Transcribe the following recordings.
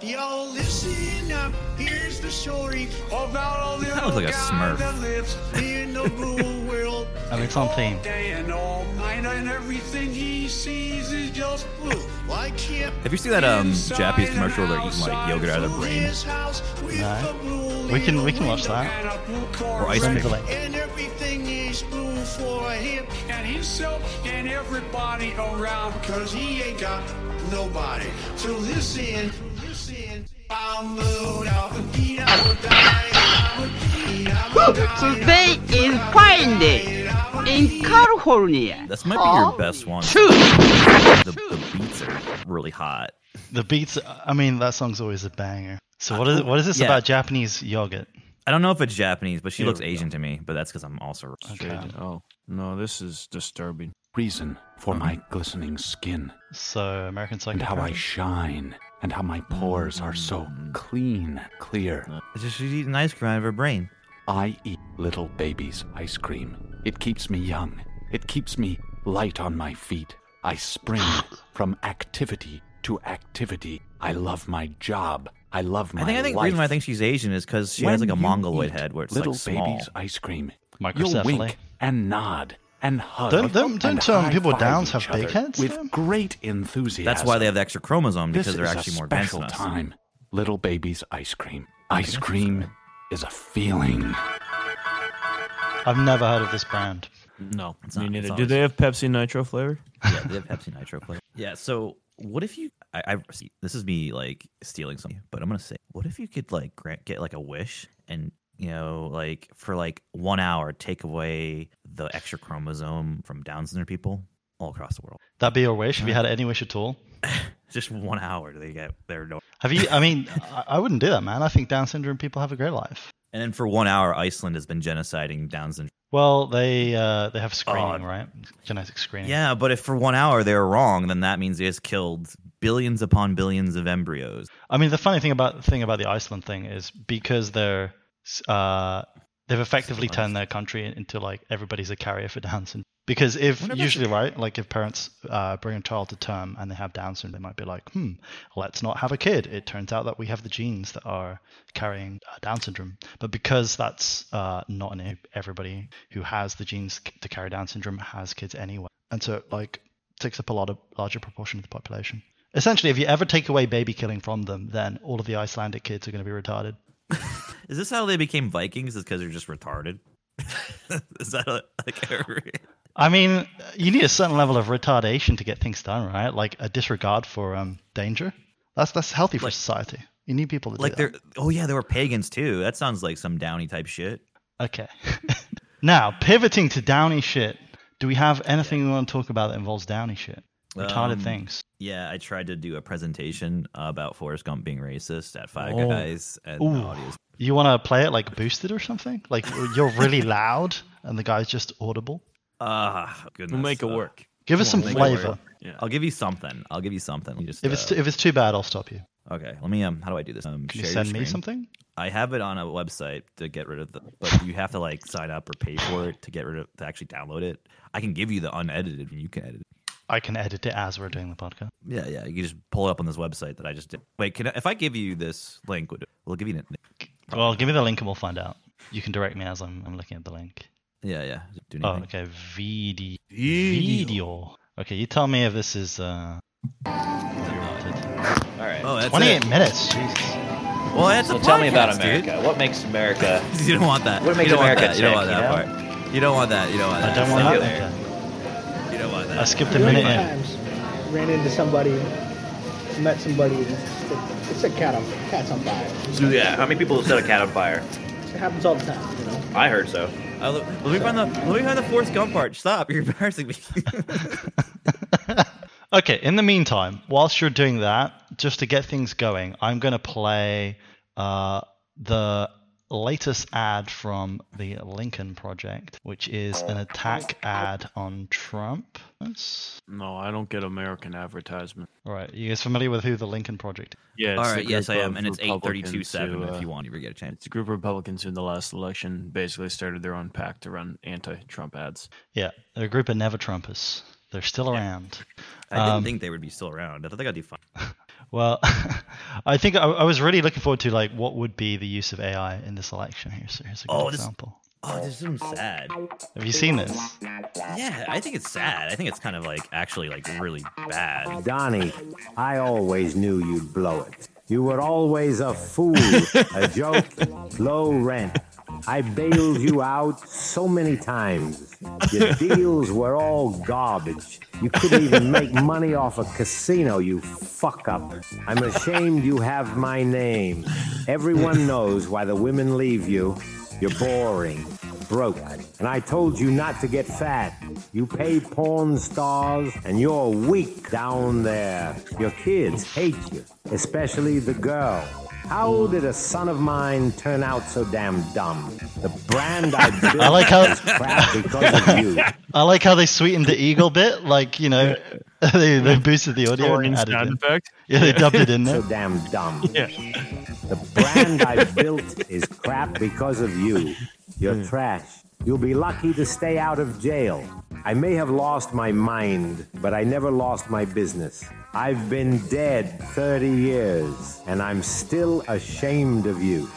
Y'all listen up. Here's the story about all the That was like a Smurf. that lives in the real world. Oh, it's on theme. All day and all night, and everything he sees is just blue. Why can't Have you seen that um inside Japanese and commercial where they're eating like outside yogurt out of their through brain? his house with No. a blue We can- we little can watch window that. and a blue car Or ice wreck. pick. Friendly. And everything is blue for him and himself and everybody around. Cause he ain't got nobody. So listen, listen. I'm blue, I'm a beat, I'm a die, I'm a beat, I'm a die. Today is Friday in California. This might be your Oh. best one. Two. The, the beats are really hot. The beats. I mean, that song's always a banger. So Uh, what is what is this Yeah. about Japanese yogurt? I don't know if it's Japanese, but she Here looks we go. Asian to me. But that's because I'm also. Okay. Shade. Oh, no, this is disturbing. reason for Mm-hmm. my glistening skin So American Psycho. and how I Pirate. shine and how my Mm-hmm. pores are so clean, clear. It's just she's eating ice cream out of her brain. I eat little babies ice cream. It keeps me young. It keeps me light on my feet. I spring from activity to activity. I love my job. I love my I think. I think the life. reason why I think she's Asian is because she has like When a you mongoloid eat head where it's little like small. babies ice cream. You'll Microcephaly. wink and nod and hug. Don't- don't- don't and tell me people high-five downs have each other big heads, With though. great enthusiasm. That's why they have the extra chromosome This because they're is actually a more dense special than us. time. Little babies ice cream. Ice cream is a feeling. I've never heard of this brand. No, It's me not- neither. it's Do they have Pepsi Nitro flavor? yeah, they have Pepsi Nitro flavor. Yeah. So what if you? I, I see, this is me like stealing something, but I'm gonna say, what if you could like grant get like a wish and you know like for like one hour take away the extra chromosome from Down syndrome people all across the world? That'd be your wish if you had any wish at all. Just one hour, do they get their no. Have you? I mean, I, I wouldn't do that, man. I think Down syndrome people have a great life. And then for one hour, Iceland has been genociding Down syndrome. Well, they uh, they have screening, Oh. right? Genetic screening. Yeah, but if for one hour they're wrong, then that means they just killed billions upon billions of embryos. I mean, the funny thing about thing about the Iceland thing is because they're uh, they've effectively Civilized. turned their country into like everybody's a carrier for Down syndrome. Because if Wonder if that's- usually right, like if parents uh, bring a child to term and they have Down syndrome, they might be like, hmm, let's not have a kid. It turns out that we have the genes that are carrying uh, Down syndrome. But because that's uh, not an everybody who has the genes c- to carry Down syndrome has kids anyway, and so it like takes up a lot of larger proportion of the population. Essentially, if you ever take away baby killing from them, then all of the Icelandic kids are going to be retarded. Is this how they became Vikings? Is because they're just retarded? Is that a, like every... I mean, you need a certain level of retardation to get things done, right? Like a disregard for um, danger. That's that's healthy for Like- society. You need people to like do they're that. oh yeah they were pagans too. That sounds like some downy type shit. Okay. now pivoting to downy shit. Do we have anything we want to talk about that involves downy shit? Retarded Um, things. Yeah, I tried to do a presentation about Forrest Gump being racist at Five Oh. Guys, and Ooh. the audience. You want to play it like boosted or something? Like you're really loud and the guy's just audible. Ah, goodness. We'll make it Uh, work. Give us Come some on, make it flavor. work. Yeah. I'll give you something. I'll give you something. Let me just If it's uh, too, if it's too bad, I'll stop you. okay, let me um. How do I do this? Um, Can share you your send me screen. something? I have it on a website to get rid of the, but you have to like sign up or pay for it to get rid of to actually download it. I can give you the unedited, and you can edit. it. I can edit it as we're doing the podcast. Yeah, yeah. You just pull it up on this website that I just did. Wait, can I, if I give you this link, would it, will it give you an Well, give me the link and we'll find out. You can direct me as I'm, I'm looking at the link. Yeah, yeah. Do Oh, anything. okay. VD. Video. Okay, you tell me if this is uh, what you wanted. All right. Oh, that's 28 it. minutes. Jesus. Well, that's so a tell me about podcast, America. What makes America? dude. You don't want that. What makes you don't want America that. You don't want tick, that you part. You don't want that. You don't want I that. don't want that. Stop there. one. You don't want I that. skipped a How many minute in. times ran into somebody, met somebody, and it's, it's a cat on cat's on fire. Yeah. How many people have set a cat on fire? It happens all the time, you know. I heard so. I lo- let me find the let me find the Forrest Gump part. Stop! You're embarrassing me. Okay, in the meantime, whilst you're doing that, just to get things going, I'm going to play uh, the latest ad from the Lincoln Project, which is an attack ad on Trump. That's- No, I don't get American advertisement. All right, you guys familiar with who the Lincoln Project is? Yeah. All it's the right. Yes, I group am, of and it's eight thirty-two Republicans who, seven. uh, If you want, if you get a chance. It's a group of Republicans who in the last election basically started their own pack to run anti-Trump ads. Yeah, they're a group of never Trumpers. They're still around. I didn't Um, think they would be still around. I thought they got defunct. Well, I think I, I was really looking forward to like what would be the use of AI in this election. Here's, here's a good Oh, this- example. Oh, this is sad. Have you seen this? Yeah, I think it's sad. I think it's kind of like actually like really bad. Donnie, I always knew you'd blow it. You were always a fool, a joke, low rent. I bailed you out so many times. Your deals were all garbage. You couldn't even make money off a casino, you fuck up. I'm ashamed you have my name. Everyone knows why the women leave you. You're boring, broke, and I told you not to get fat. You pay porn stars, and you're weak down there. Your kids hate you, especially the girl. How did a son of mine turn out so damn dumb? The brand I built like how- is crap because of you. I like how they sweetened the eagle bit. Like you know, they, they boosted the audio and Boring added sound in. effect. Yeah, they dubbed it in So there. damn dumb. Yeah. The brand I built is crap because of you. You're trash. You'll be lucky to stay out of jail. I may have lost my mind, but I never lost my business. I've been dead 30 years, and I'm still ashamed of you.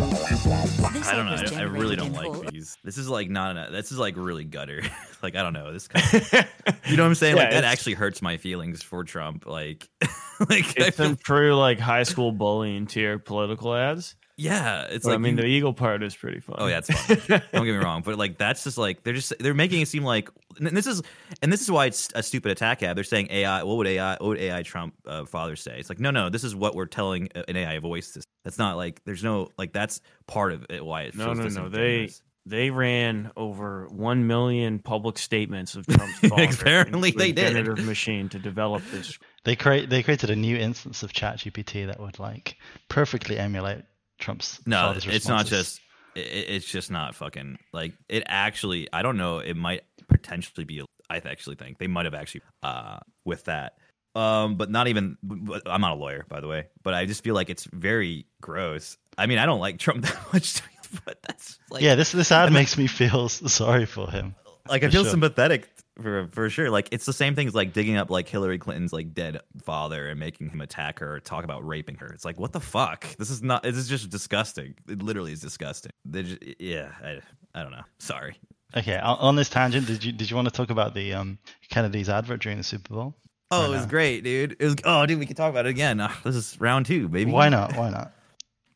I don't know. I, I really don't like these. This is like not. An, this is like really gutter. like I don't know. This. Kind of, you know what I'm saying? like Yeah, that it's- actually hurts my feelings for Trump. Like, like I It's feel, some true like high school bullying tier political ads. yeah. It's But, like I mean, you- the eagle part is pretty fun. Oh yeah, it's fun. Don't get me wrong, but like that's just like they're just they're making it seem like and this is and this is why it's a stupid attack ad. They're saying AI. What would AI? What would AI Trump uh, father say? It's like no, no. This is what we're telling an AI voice. To, that's not like there's no like that's part of it. Why it No, feels no, no. They disingenuous. they ran over one million public statements of Trump's father Apparently into a they did. generative machine to develop this. They create they created a new instance of ChatGPT that would like perfectly emulate Trump's. no. father's It's not responses. just. It, it- it's just not fucking like it. Actually, I don't know. It might potentially be. I actually think they might have actually uh with that. Um, but not even. but I'm not a lawyer, by the way. But I just feel like it's very gross. I mean, I don't like Trump that much, but that's like yeah, this this ad makes me feel s- sorry for him. like I for feel sure. sympathetic for for sure. Like it's the same thing as like digging up like Hillary Clinton's like dead father and making him attack her or talk about raping her. It's like what the fuck? This is not. This is just disgusting. It literally is disgusting. They just, yeah, I, I don't know. Sorry. Okay, on on this tangent, did you did you want to talk about the um, Kennedy's advert during the Super Bowl? Oh, it was great, dude. It was oh, dude. We can talk about it again. Ah, this is round two, baby. Why not? Why not?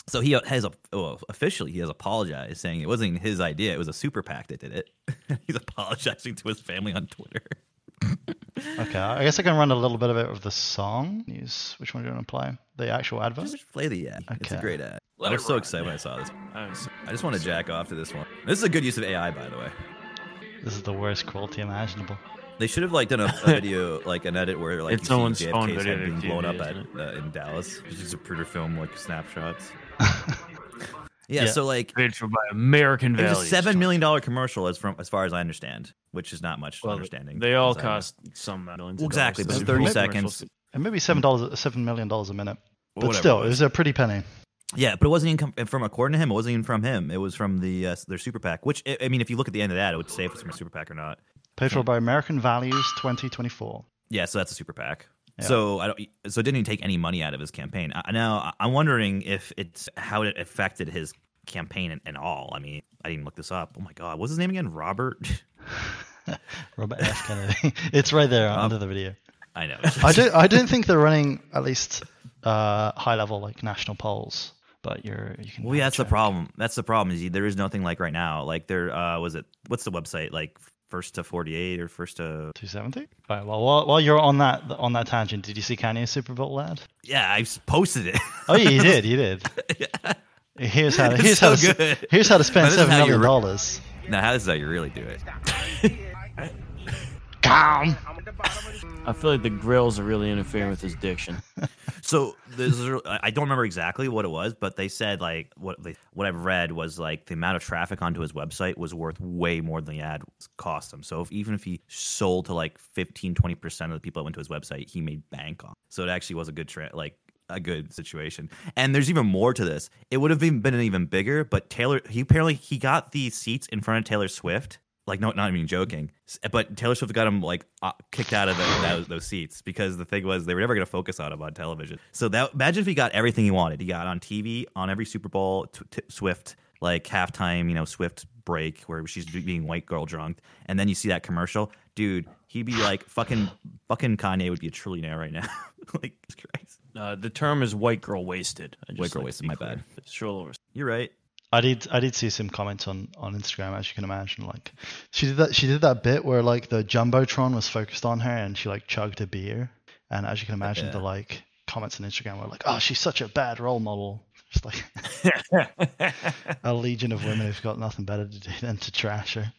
So he has a well, officially he has apologized, saying it wasn't his idea. It was a super PAC that did it. He's apologizing to his family on Twitter. Okay, I guess I can run a little bit of it of the song news. Which one do you want to play? The actual advert. Just play the ad. It's a Okay. great ad. Let I it was so run. excited when I saw this. I was- I just want to jack off to this one. This is a good use of AI, by the way. This is the worst cruelty imaginable. They should have like done a, a video, like an edit where like It's you see someone's JFK's phone head video being to blown TV, up at, isn't uh, in Dallas. It's just a printer film like snapshots. Yeah, Yeah. so like paid for by American it values. was a seven million dollar commercial as from as far as I understand, which is not much Well, understanding. They all as I- cost some millions. Well, of exactly, dollars. but Those 30 commercials- seconds. And maybe seven dollars, seven million dollars a minute. But whatever still, it it was a pretty penny. Yeah, but it wasn't even com- from according to him. It wasn't even from him. It was from the uh, their super PAC. Which I I mean, if you look at the end of that, it would say if it's from a super PAC or not. Paid for by American Values 2024. Yeah, so that's a super PAC. Yeah. So I don't. So it didn't even take any money out of his campaign. I, now I- I'm wondering if it's how it affected his campaign and, and all. I mean, I didn't look this up. Oh my god, what's his name again? Robert. Robert F. Kennedy. it's right there Uh, under the video. I know. I don't. I don't think they're running at least uh, high level like national polls. But you're you can. Well, yeah, that's the problem. That's the problem. Is there is nothing like right now. Like there uh, was it. What's the website like? First to 48 or first to 270. Right. Well, while, while you're on that on that tangent, did you see Kanye's Super Bowl ad? yeah, I s- posted it. Oh yeah, you did. You did. Here's how. It's Here's so how. To, s- good. here's how to spend Now, this is seven how you million re- dollars. now, how does that you really do it? I feel like the grills are really interfering with his diction. So this is, I I don't remember exactly what it was, but they said like what they, what I've read was like the amount of traffic onto his website was worth way more than the ad cost him. So if, even if he sold to like 15, 20 percent of the people that went to his website, he made bank on. So it actually was a good tra- like a good situation. And there's even more to this. It would have been, been even bigger, but Taylor he apparently he got the seats in front of Taylor Swift Like, no, not even joking. S- But Taylor Swift got him like uh, kicked out of the, those, those seats because the thing was they were never going to focus on him on television. So that imagine if he got everything he wanted. He got on TV on every Super Bowl t- t- Swift like halftime, you know, Swift break where she's be- being white girl drunk, and then you see that commercial, dude. He'd be like fucking fucking Kanye would be a trillionaire right now. like Jesus Christ, Uh, the term is white girl wasted. I just White girl to wasted, be my clear. bad. It's Sure, Laura. you're right. I did I did see some comments on, on Instagram as you can imagine. Like she did that she did that bit where like the jumbotron was focused on her and she like chugged a beer. And as you can imagine, the like comments on Instagram were like, "Oh, she's such a bad role model." Just like a legion of women who've got nothing better to do than to trash her.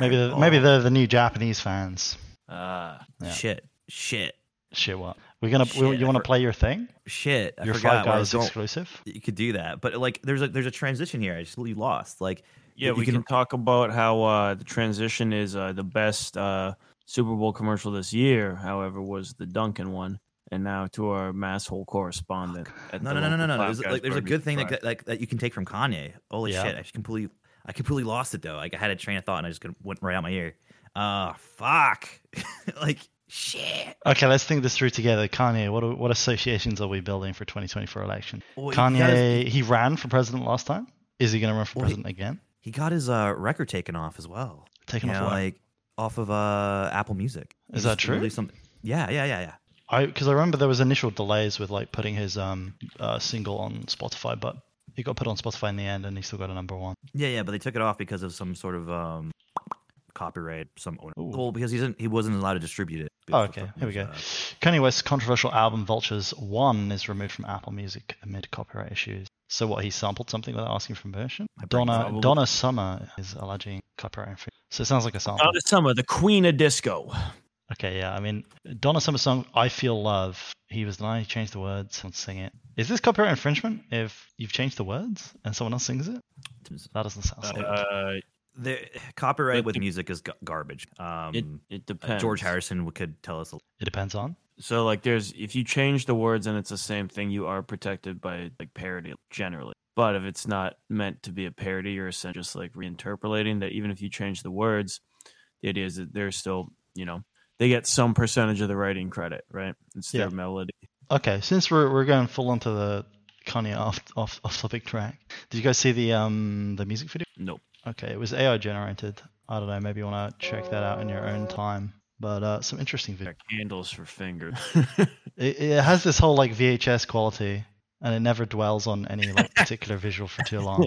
Maybe they're, maybe they're the new Japanese fans. Uh, Yeah. Shit, shit, Shit, what? We're gonna Shit, I you want to for- play your thing? shit. I your forgot Five where I was Guys going. exclusive. you could do that but like there's a there's a transition here i just you lost like yeah, you we can, talk about how uh, the transition is uh, the best uh, Super Bowl commercial this year. However, was the Duncan one, and now to our mass hole correspondent. at no the no no no no local no Five there's, Guys like, there's a Burgers good thing and that, like, that you can take from kanye holy Yeah. shit i just completely i completely lost it though like i had a train of thought and i just couldn't- went right out my ear uh fuck like shit Okay, let's think this through together. Kanye, what are, what associations are we building for 2024 election? Well, he Kanye, he ran for president last time. Is he going to run for Well, he- president again? he got his uh record taken off as well Taken You off know, what? like off of uh apple music He Is that just true? released something yeah yeah yeah yeah I because I remember there was initial delays with like putting his um uh, single on Spotify, but he got put on Spotify in the end, and he still got a number one. Yeah, yeah, but they took it off because of some sort of um copyright, some owner. Ooh. Well, because he didn't, he wasn't allowed to distribute it. Oh, okay, here we go. Kanye West's controversial album Vultures One is removed from Apple Music amid copyright issues. So what? He sampled something without asking for permission. My brain's Donna probably- Donna Summer is alleging copyright infringement. So it sounds like a sample. Fries. Donna Uh, Summer, the queen of disco. Okay, yeah. I mean, Donna Summer's song "I Feel Love." He was denying he changed the words. Someone sing it. Is this copyright infringement if you've changed the words and someone else sings it? uh, That doesn't sound. safe. Uh, The copyright But with the- music is ga- garbage. Um, it, it uh, depends. George Harrison w- could tell us. A, it depends on. So like there's if you change the words and it's the same thing, you are protected by like parody generally. But if it's not meant to be a parody, you're essentially just like reinterpolating that even if you change the words, the idea is that they're still, you know, they get some percentage of the writing credit, right? It's Yeah. their melody. Okay, since we're we're going full onto the Kanye off off off topic track, did you guys see the um the music video? Nope. Okay, it was AI generated. I don't know. Maybe you want to check that out in your own time. But uh, some interesting video. They're candles for fingers. It, it has this whole like VHS quality, and it never dwells on any like particular visual for too long.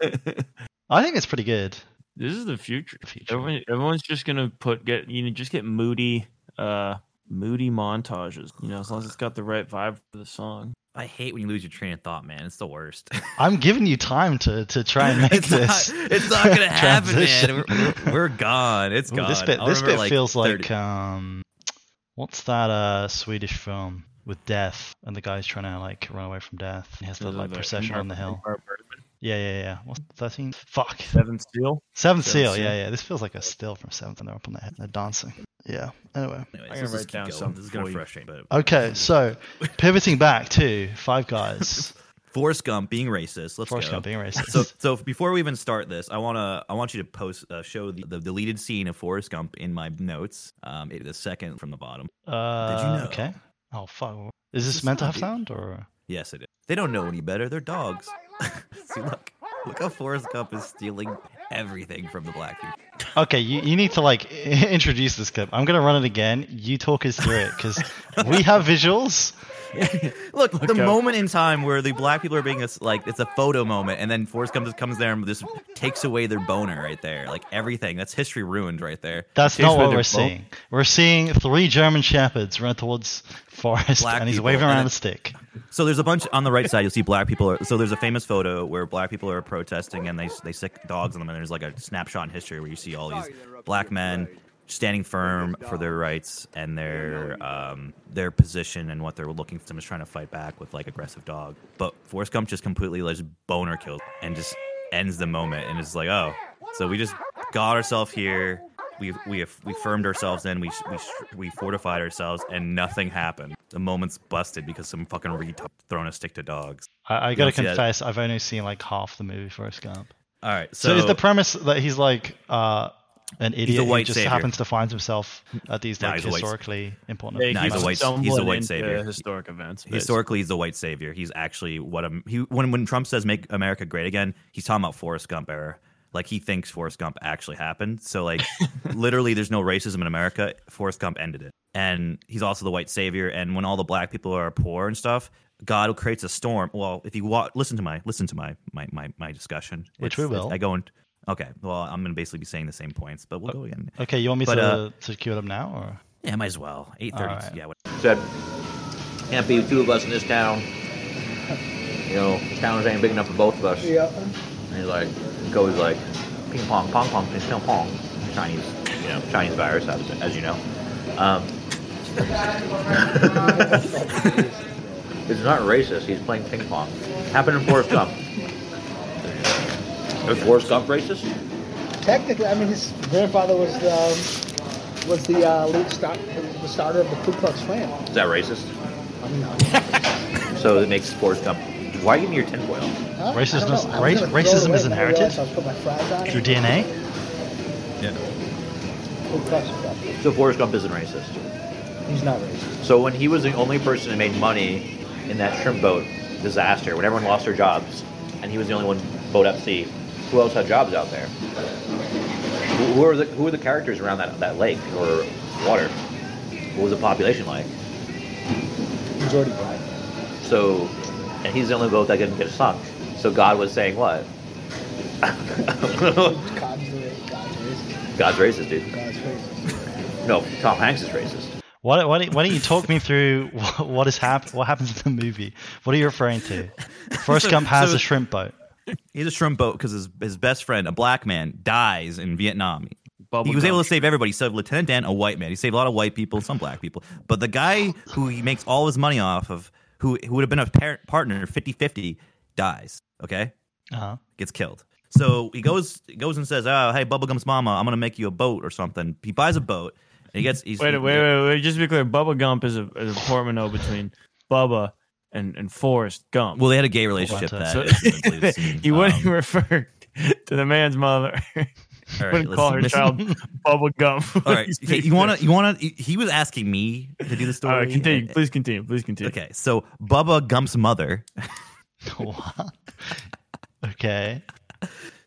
this I think it's pretty good. is the future. Feature. Everyone, everyone's just gonna put get you know just get moody, uh, moody montages. You know, as long as it's got the right vibe for the song. I hate when you lose your train of thought, man. It's the worst. I'm giving you time to to try and make it's this. Not, it's not gonna happen, transition. man. We're, we're- we're gone. It's Ooh, gone. this bit I'll this remember, bit feels 30 like um, what's that uh Swedish film with death and the guy's trying to like run away from death. He has the Those are like the procession Ingmar- on the hill. Ingmar Bergman. Yeah, yeah, yeah. What's thirteen? Fuck. Seven Steel. Seventh Seventh Seal. Seal. Yeah, yeah. This feels like a still from Seventh, and they're up on the head and they're dancing. Yeah. Anyway. Anyways, I'm gonna let's just write keep down going. something This is gonna for you. frustrate. But Okay, so pivoting back to Five Guys. Forrest Gump being racist. Let's Forrest go. Gump being racist. so so before we even start this, I wanna I want you to post uh, show the, the deleted scene of Forrest Gump in my notes. Um, it, the second from the bottom. uh, know? Okay. Oh fuck. Is this It's meant to not, have dude. sound or? Yes, it is. They don't know any better. They're dogs. See, look, look how Forrest Gump is stealing everything from the black people. Okay, you, you need to like i- introduce this clip. I'm gonna run it again. You talk us through it because we have visuals. Look, the moment in time where the black people are being ass- like it's a photo moment, and then Forrest Gump just comes there and just takes away their boner right there. Like everything. That's history ruined right there. That's Takes not away what their we're bo- seeing. We're seeing three German shepherds run towards Forrest, Black and he's people, waving and around it- a stick. So there's a bunch on the right side. You'll see black people. Are, so there's a famous photo where black people are protesting and they they sick dogs on them. And there's like a snapshot in history where you see all these black men standing firm for their rights and their um, their position and what they're looking for. Someone's trying to fight back with like aggressive dog. But Forrest Gump just completely like just boner kills and just ends the moment and it's like oh, so we just got ourselves here. We we have, we firmed ourselves in. We we we fortified ourselves, and nothing happened. The moment's busted because some fucking retard thrown a stick to dogs. I, I You gotta don't see that. confess, I've only seen like half the movie Forrest Gump. All right. So, So, is the premise that he's like uh, an idiot who white just savior. happens to find himself at these No, like, he's a white- historically important They No, keep he's a white- he's a stumbling white into savior. Historic events. but- historically he's the white savior. He's actually what um, he when when Trump says make America great again, he's talking about Forrest Gump era. Like he thinks Forrest Gump actually happened. So like literally there's no racism in America. Forrest Gump ended it. And he's also the white savior and when all the black people are poor and stuff, God creates a storm. Well, if you wa- listen to my listen to my my my, my discussion, Which we will. I go and okay. Well, I'm going to basically be saying the same points, but we'll go again. Okay, you want me But, to, uh, to queue it up now, or Yeah, might as well. Eight thirty. All right. Yeah. What, Said, can't be the two of us in this town. You know, this town ain't big enough for both of us. Yeah. And he's like, goes like, ping pong, pong pong, ping pong, pong. Chinese, you know, Chinese virus, as, as you know. Um, it's not racist. He's playing ping pong. Happened in Forrest Gump. Is Forrest Gump racist? Technically, I mean, his grandfather was the was the uh, lead start, the starter of the Ku Klux Klan. Is that racist? I mean, uh, So it makes Forrest Gump. Why give me your tinfoil? huh? I Racism don't know. is- I was race- gonna throw it racism away, is but I inherited? realized I was putting my fries on it. through DNA? Ku Klux Klan. So Forrest Gump isn't racist. He's not racist. So when he was the only person who made money in that shrimp boat disaster, when everyone lost their jobs, and he was the only one boat at sea, who else had jobs out there? Who who are the who are the characters around that, that lake or water? What was the population like? Majority black. So, and he's the only boat that didn't get sunk. So God was saying what? God's the ra- God's racist. God's racist, dude. God's racist. No, Tom Hanks is racist. Why, why, don't- why don't you talk me through what, what is hap- What happens in the movie? What are you referring to? Forrest So- Gump has so- a shrimp boat. he's a shrimp boat because his his best friend, a black man, dies in Vietnam. Bubble he was able gum. to save everybody. He saved Lieutenant Dan, a white man. He saved a lot of white people, some black people. But the guy who he makes all his money off of, who, who would have been a parent, partner 50 50, dies. Okay? Uh-huh. Gets killed. So he goes goes and says, oh, hey, Bubblegum's mama, I'm going to make you a boat or something. He buys a boat and he gets. He's, Wait, wait, wait, wait. Just to be clear, Bubba Gump is a, is a portmanteau between Bubba and, and Forrest Gump. Well, they had a gay relationship So- that so is intimately the scene. he wouldn't Um, refer to the man's mother. all right, wouldn't call her let's- child Bubba Gump. All right. okay, you want to? You want to? He was asking me to do the story. All right, continue. and- Please continue. Please continue. Okay, so Bubba Gump's mother, What? okay.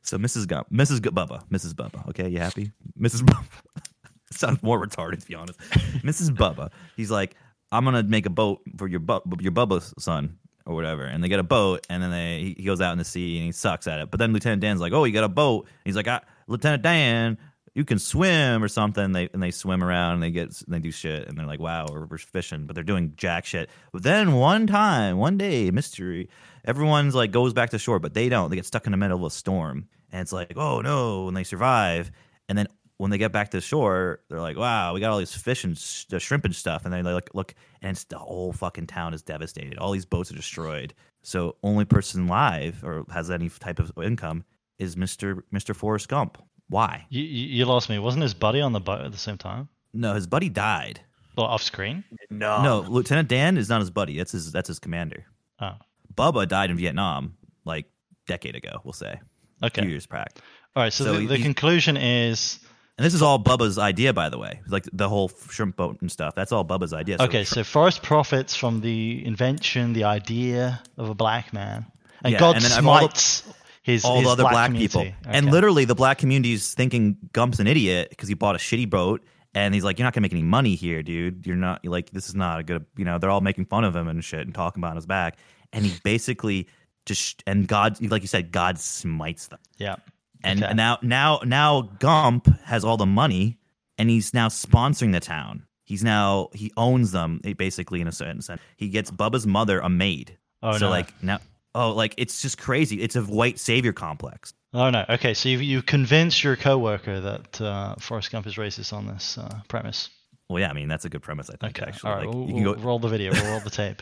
so Mrs. Gump, Mrs. Gu- Bubba, Mrs. Bubba. Okay, you happy, Mrs. Bubba? Sounds more retarded to be honest. Mrs. Bubba, he's like, I'm gonna make a boat for your bu- your Bubba's son or whatever, and they get a boat, and then they he- he goes out in the sea and he sucks at it. But then Lieutenant Dan's like, Oh, you got a boat? And he's like, I, Lieutenant Dan. You can swim or something. They and they swim around and they get and they do shit and they're like, wow, we're, we're fishing, but they're doing jack shit. But then one time, one day, mystery, everyone's like goes back to shore, but they don't. They get stuck in the middle of a storm, and it's like, oh no, and they survive. And then when they get back to shore, they're like, wow, we got all these fish and sh- uh, shrimp and stuff. And they like look, and it's the whole fucking town is devastated. All these boats are destroyed. So only person live or has any type of income is Mister Mister Forrest Gump. Why? You, you, you lost me. Wasn't his buddy on the boat at the same time? No, his buddy died. Well, off screen? No. No, Lieutenant Dan is not his buddy. That's his that's his commander. Oh. Bubba died in Vietnam like decade ago, we'll say. Okay. Few years back. All right. So, So the, he- the he- conclusion is And this is all Bubba's idea, by the way. Like the whole shrimp boat and stuff. That's all Bubba's idea. So okay. So Forrest profits from the invention, the idea of a black man, and Yeah, God and then I've all- smites his all his the other black, people. community. And Okay. literally, the black community's thinking Gump's an idiot because he bought a shitty boat, and he's like, "You're not gonna make any money here, dude. You're not like this is not a good. You know, they're all making fun of him and shit and talking about his back. And he basically just and God, like you said, God smites them. yeah. And Okay. now, now, now, Gump has all the money, and he's now sponsoring the town. He's now he owns them eh, basically in a certain sense. He gets Bubba's mother a maid. Oh, so no. like now, oh, like it's just crazy. It's a white savior complex. Oh no. Okay. So you you convince your coworker that uh, Forrest Gump is racist on this uh, premise. Well, yeah, I mean that's a good premise. I think Okay. actually, All right. like, we'll, you can go. we'll roll the video. We'll roll the tape.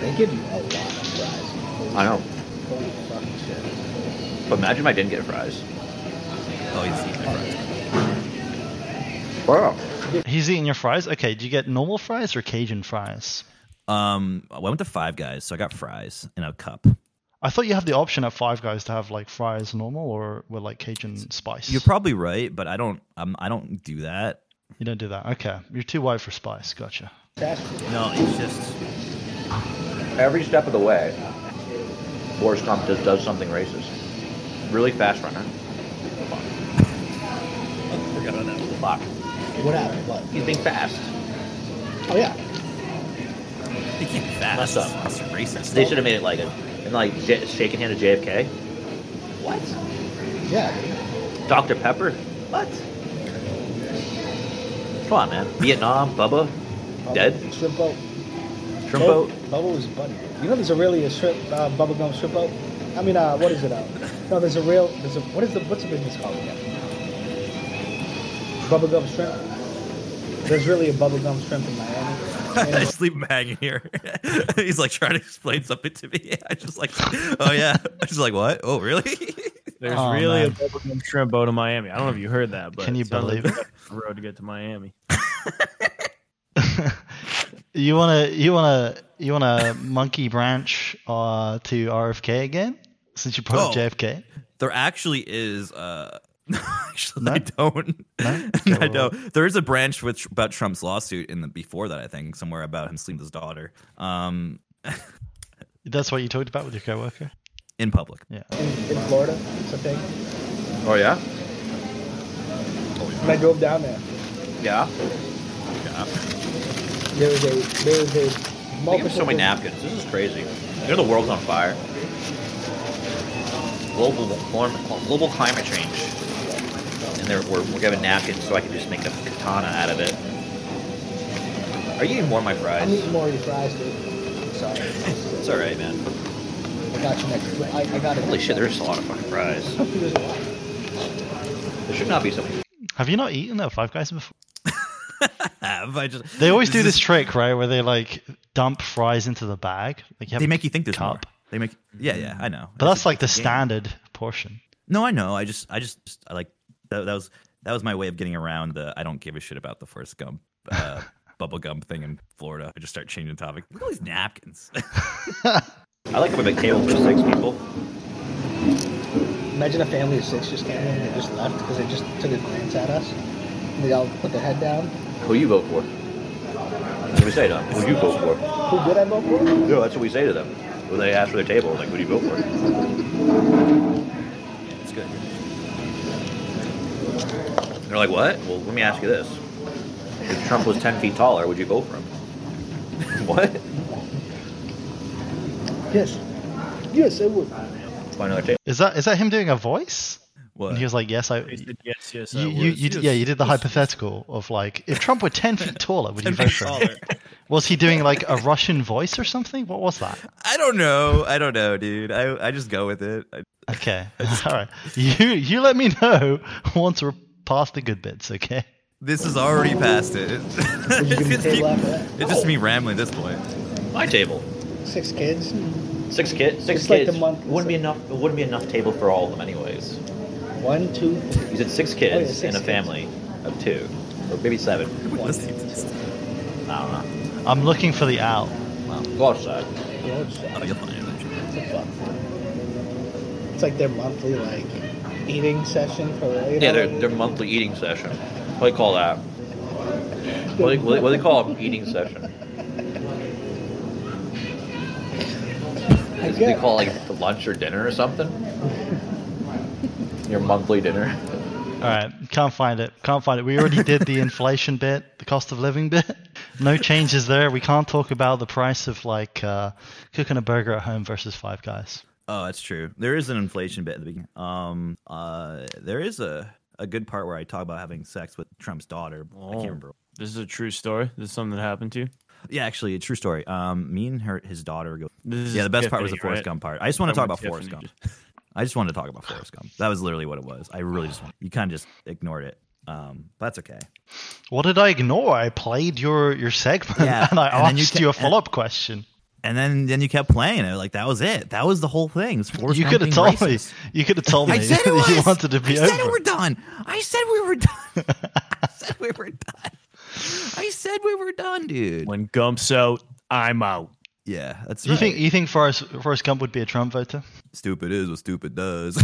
They give you a lot of fries. I know. Holy fucking shit. But imagine if I didn't get fries. Oh, he's eating fries. Wow. He's eating your fries. Okay. Do you get normal fries or Cajun fries? Um, I went to Five Guys, so I got fries in a cup. I thought you have the option at Five Guys to have like fries normal or with like Cajun spice. You're probably right, but I don't. I'm, I don't do that. you don't do that. Okay, you're too white for spice. Gotcha. That's No, it's just Every step of the way, Boris Trump just does something racist. Really fast runner. Forgot about that. Fuck. what happened. What? He's being fast. Oh yeah. they can't be fast. Mess up. That's racist. They should have made it like a and like J- shaking hand to JFK. What? Yeah. Dr Pepper. What? Come on, man. Vietnam, Bubba, dead, Shrimp boat. shrimp boat. Bubba was buddy. You know, there's a really a shrimp uh, bubblegum shrimp boat. I mean, uh, what is it? Uh, no, there's a real. There's a what is the what's the business called again? Bubblegum shrimp. There's really a bubblegum shrimp in Miami. I just leave him hanging here. He's like trying to explain something to me. I just like, oh yeah. I just like what? Oh really? There's Oh, really a man. bubblegum shrimp boat in Miami. I don't know if you heard that, but Can you it sounds like believe they got the road to get to Miami? You wanna you wanna you wanna monkey branch uh, to RFK again since you brought Oh. up JFK. there actually is. uh Actually, No? I don't. No? No, Okay, I don't. There is a branch which about Trump's lawsuit in the before that I think somewhere about him sleeping with his daughter, um, That's what you talked about with your coworker. in public. Yeah. in, in Florida. It's a thing. Oh yeah, When I drove down there, yeah. there was a there was They a give multiple. so many napkins. This is crazy. You know the world's on fire. Global warm, global climate change. And they're, we're, we're giving napkins so I can just make a katana out of it. Are you eating more of my I'm fries? eating more of your fries, dude. Sorry, It's alright, man. I got you next. I, I got it. Holy shit, there's a lot of fucking fries. There's a lot. There should not be so many. Have you not eaten at Five Guys before? Have I just? They always do is- this trick, right, where they like dump fries into the bag. Like you have They a make you think there's cup. more. They make. Yeah, yeah. I know. But It's that's a like the game. standard portion. No, I know. I just, I just, just- I like that, that was that was my way of getting around the I don't give a shit about the Forrest Gump uh, bubble gum thing in Florida. I just start changing the topic. Look at all these napkins. I like a big table for six people. Imagine a family of six just came in and they just left because they just took a glance at us. And they all put their head down. Who you vote for? That's what we say to them. Who you vote for? Who did I vote for? No, that's what we say to them. When they ask for their table, like, who do you vote for? It's good. They're like, what? Well, let me ask you this. If Trump was 10 feet taller, would you vote for him? what? Yes. Yes, it would. Find another table. Is that is that him doing a voice? What? And he was like, "Yes, I." They said, yes, yes, I You, you, was. you, d- yeah, you did the hypothetical of like, if Trump were ten feet taller, would you vote for him? Was he doing like a Russian voice or something? What was that? I don't know. I don't know, dude. I I just go with it. I, Okay, all right. You you let me know once we're past the good bits, okay? this is already past it. Would you give me a it's, table me, after that? it's just me rambling at this point. My table. Six kids. Six kids. Six It's like kids. the month- It wouldn't be enough. It wouldn't be enough table for all of them, anyways. One, two, He said six Oh, yeah, kids six and a kids. family of two, or maybe seven. Listening to this. I don't know. I'm looking for the owl. Well, go outside. three. Oh, it's- Oh, you'll find it eventually. it's a fuck. It's like their monthly like eating session for you know, Yeah, their, their monthly eating session. What do you call that? What do you, what do you- what do you call an eating session? I They guess. call it like lunch or dinner or something? Your monthly dinner. All right, can't find it. Can't find it. We already did the inflation bit, the cost of living bit. No changes there. We can't talk about the price of like uh, cooking a burger at home versus Five Guys. Oh, that's true. There is an inflation bit at the beginning. Um, uh, there is a a good part where I talk about having sex with Trump's daughter. I Oh. can't remember This is a true story. This is something that happened to you. Yeah, actually, a true story. Um, me and her, his daughter go. This yeah, is the best part was the Tiffany, Forrest right? Gump part. I just want to I'm talk about with Forrest Tiffany. Gump. I just wanted to talk about Forrest Gump. That was literally what it was. I really just want. You kind of just ignored it. Um, but that's okay. What did I ignore? I played your your segment Yeah, and I and then you asked ca- uh, you, a follow up question. And then then you kept playing it. Like that was it. That was the whole thing. It was Forrest You Gump could have being told me. racist. You could have told me I said that it was. you wanted to be I said over. we're it. done. I said we were done. I said we were done. I said we were done, dude. When Gump's out, I'm out. Yeah, that's You right. think you think Forrest Forrest Gump would be a Trump voter? stupid is what stupid does.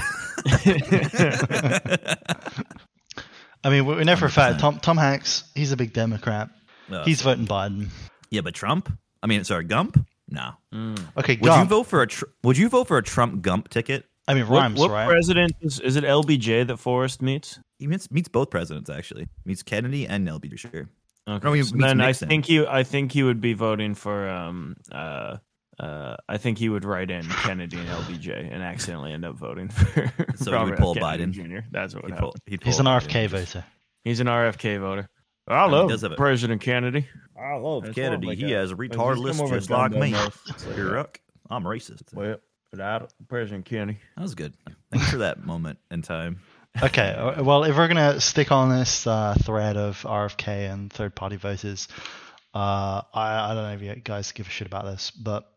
I mean, we we know for a fact Tom Tom Hanks, he's a big Democrat. No. He's voting Biden. yeah, but Trump. I mean, sorry, Gump. No. Okay, Would you Gump. vote for a tr- Would you vote for a Trump Gump ticket? I mean, What, rhymes, what right? president is, is it? LBJ that Forrest meets. He meets meets both presidents actually. Meets Kennedy and Nelby for sure. Okay. No, he so meets then I Nixon. think you. I think he would be voting for. Um. Uh. Uh. I think he would write in Kennedy and LBJ and accidentally end up voting for. So he would Robert F. pull Kennedy Biden. Jr. That's what would He'd happen. pull- he'd He's an pull- RFK voter. He's an RFK voter. I he love does have a- President Kennedy. I love That's Kennedy. not like he a- has a like, he's retard come list over just and like done me. that now. It's like that. Yuck. I'm racist. That Well, but I, President Kennedy. was good. Thanks for that moment in time. Okay, uh, well, if we're gonna stick on this uh, thread of RFK and third-party voters, uh, I, I don't know if you guys give a shit about this, but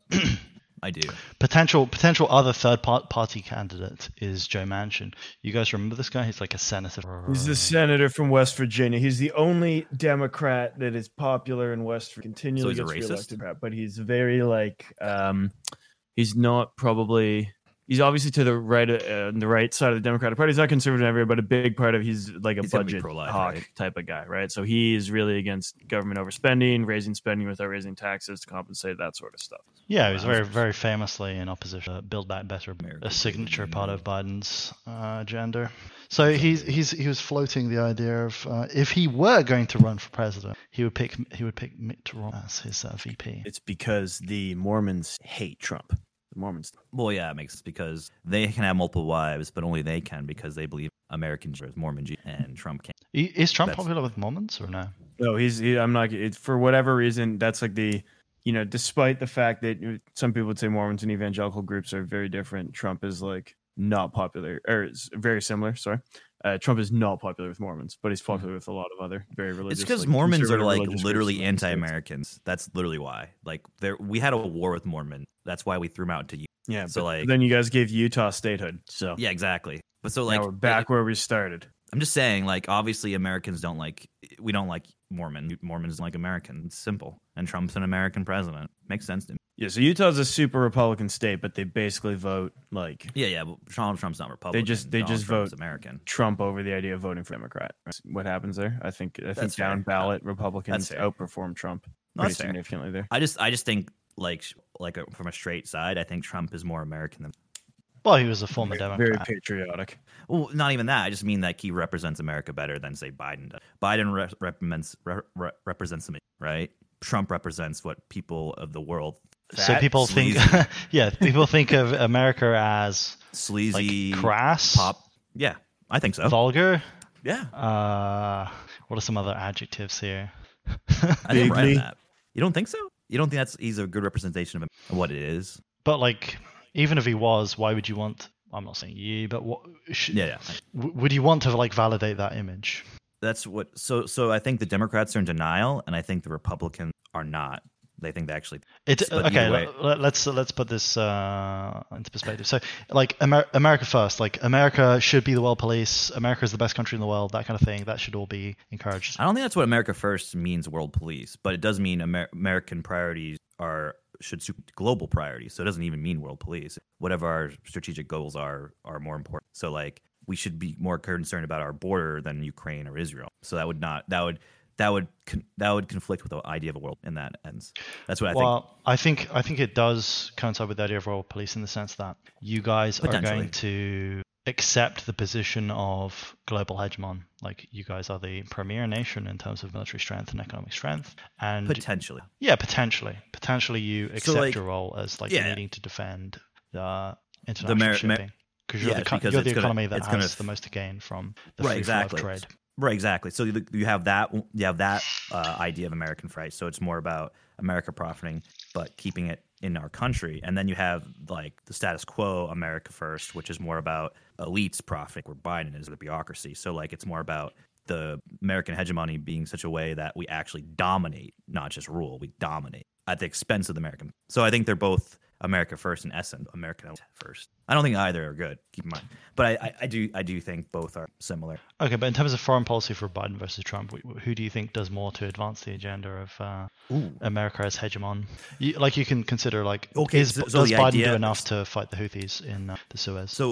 I do. potential potential other third-party candidate is Joe Manchin. You guys remember this guy? He's like a senator. he's the senator from West Virginia. He's the only Democrat that is popular in West Virginia. Continually So he's a gets racist? reelected, Democrat, but he's very like um, he's not probably he's obviously to the right uh, on the right side of the Democratic Party. He's not conservative in every, but a big part of he's like a He's gonna be budget pro-life, hawk right? type of guy, right? So he is really against government overspending, raising spending without raising taxes to compensate that sort of stuff. Yeah, he was very very famously in opposition to Build Back Better, America. a signature part of Biden's uh, agenda. So he's he's he was floating the idea of uh, if he were going to run for president, he would pick he would pick Mitt Romney as his uh, VP. It's because the Mormons hate Trump. The Mormons. Well, yeah, it makes sense because they can have multiple wives, but only they can because they believe American Jews, Mormon Jews, and Trump can. I- Is Trump That's- popular with Mormons or no? No, he's. He, I'm not. It's for whatever reason. That's like the. You know, despite the fact that you- some people would say Mormons and evangelical groups are very different, Trump is like not popular or is very similar. Sorry, uh, Trump is not popular with Mormons, but he's popular with a lot of other very religious. Mm-hmm. It's because like, Mormons are conservative like religious groups in literally the United States. anti-Americans. That's literally why. Like, there we had a war with Mormon. That's why we threw them out to you. Yeah. So, So like- like, then you guys gave Utah statehood. So Yeah, exactly. But so like, like now we're back where we started. I'm just saying, like, obviously Americans don't like we don't like Mormon. Mormons don't like Americans. It's simple. And Trump's an American president. Makes sense to me. Yeah. So Utah's a super Republican state, but they basically vote like Yeah, yeah. But Donald Trump's not Republican. just- they Donald just Trump's vote. American. Trump over the idea of voting for Democrat. That's What happens there? I think I That's think down fair. ballot Republicans fair. outperform Trump No, pretty that's fair. significantly there. I just I just think like sh- like uh, from a straight side, I think Trump is more American than. Well, he was a former Very, very Democrat. patriotic. Well, not even that. I just mean like he represents America better than say Biden does. Biden re- represents re- re- represents them, right? Trump represents what people of the world. so fat, people think, sleazy, yeah, people think of America as sleazy like crass, pop. Yeah, I think so. vulgar. Yeah, Uh, what are some other adjectives here? I think right on Bigly. that. You don't think so? You don't think that's he's a good representation of Am- what it is? But like, even if he was, why would you want? I'm not saying you, but what? Sh- Yeah, yeah. w- would you want to like validate that image? That's what. So, so I think the Democrats are in denial, and I think the Republicans are not. They think they actually. It, But okay, either way- let- let, let's let's put this uh, into perspective. So, like Amer- America first, like America should be the world police. America is the best country in the world. That kind of thing. That should all be encouraged. I don't think that's what America First means, world police, but it does mean Amer- American priorities are should suit global priorities. So it doesn't even mean world police. Whatever our strategic goals are are more important. So like we should be more concerned about our border than Ukraine or Israel. So that would not that would that would con- that would conflict with the idea of a world in that ends. That's what I think. well, I think I think it does coincide with the idea of royal police in the sense that you guys are Potentially. going to accept the position of global hegemon. Like you guys are the premier nation in terms of military strength and economic strength, and Potentially. yeah, potentially, potentially you accept like- your role as like yeah. needing to defend the international mer- mer- shipping. because you're yeah, the, co- because you're it's the gonna- economy that it's has gonna the f- most to gain from the Right, free flow of exactly. trade. Right, exactly. So you, you have that you have that uh, idea of American freight. So it's more about America profiting, but keeping it in our country. And then you have like the status quo America first, which is more about elites profiting, where Biden is the bureaucracy. So like it's more about the American hegemony being such a way that we actually dominate, not just rule. We dominate at the expense of the American. So I think they're both. America first and Essen, America first. I don't think either are good. Keep in mind, but I, I, I do I do think both are similar. Okay, but in terms of foreign policy for Biden versus Trump, wh- who do you think does more to advance the agenda of uh, America as hegemon? You, like you can consider like Okay, is, so- so does the Biden idea- do enough to fight the Houthis in uh, the Suez? So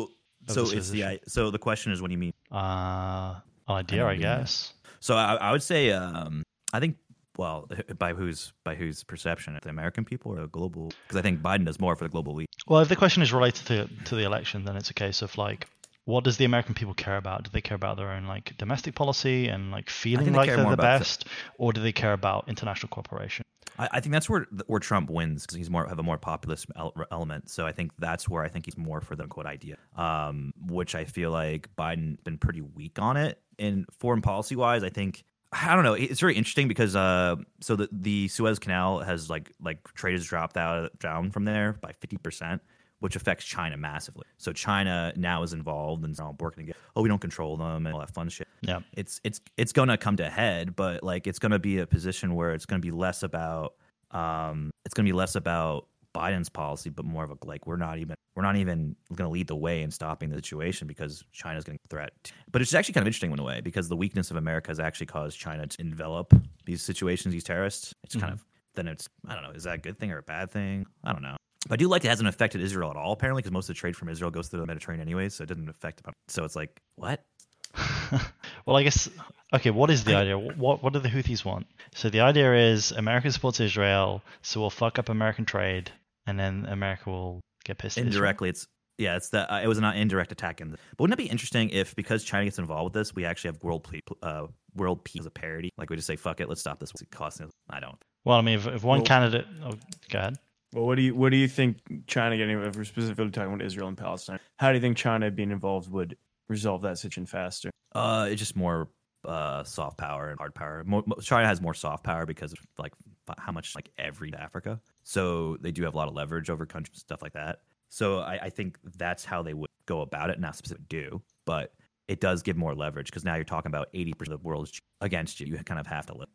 so this it's is the issue. I- so the question is what do you mean? uh, idea, I I, mean, yeah. guess. So I, I would say um, I think well by whose by whose perception the American people or the global because I think Biden does more for the global elite. Well, if the question is related to to the election, then it's a case of like. What does the American people care about? Do they care about their own like domestic policy and like feeling they like care they're more the about the- best, or do they care about international cooperation? I, I think that's where where Trump wins because he's more have a more populist el- element. So I think that's where I think he's more for the quote idea, um, which I feel like Biden been pretty weak on it in foreign policy wise. I think I don't know. It's very interesting because uh, so the the Suez Canal has like like trade has dropped out down from there by fifty percent. Which affects China massively. So China now is involved and now working again. Oh, we don't control them and all that fun shit Yeah. it's it's it's going to come to head, but like it's going to be a position where it's going to be less about um it's going to be less about Biden's policy, but more of a like we're not even we're not even going to lead the way in stopping the situation because China's going to threat. But it's actually kind of interesting in a way because the weakness of America has actually caused China to envelop these situations, these terrorists. It's kind of then it's I don't know is that a good thing or a bad thing? I don't know. But I do like it hasn't affected Israel at all apparently because most of the trade from Israel goes through the Mediterranean anyways, so it didn't affect. So it's like what well, I guess okay. What is the idea? What what do the Houthis want? So the idea is America supports Israel, so we'll fuck up American trade, and then America will get pissed. at Israel. indirectly it's yeah it's the uh, it was an indirect attack in the, but wouldn't it be interesting if because china gets involved with this we actually have world ple- uh world peace as a parody like we just say fuck it let's stop this it's costing us i don't Well, I mean, if, if one Well- candidate, oh, go ahead. Well, what do you what do you think China getting? If we're specifically talking about Israel and Palestine, how do you think China being involved would resolve that situation faster? uh it's just more uh soft power and hard power more, mo- china has more soft power because of like f- how much like every africa so they do have a lot of leverage over countries stuff like that so i, I think that's how they would go about it not specifically do but it does give more leverage because now you're talking about 80% of the world's against you you kind of have to live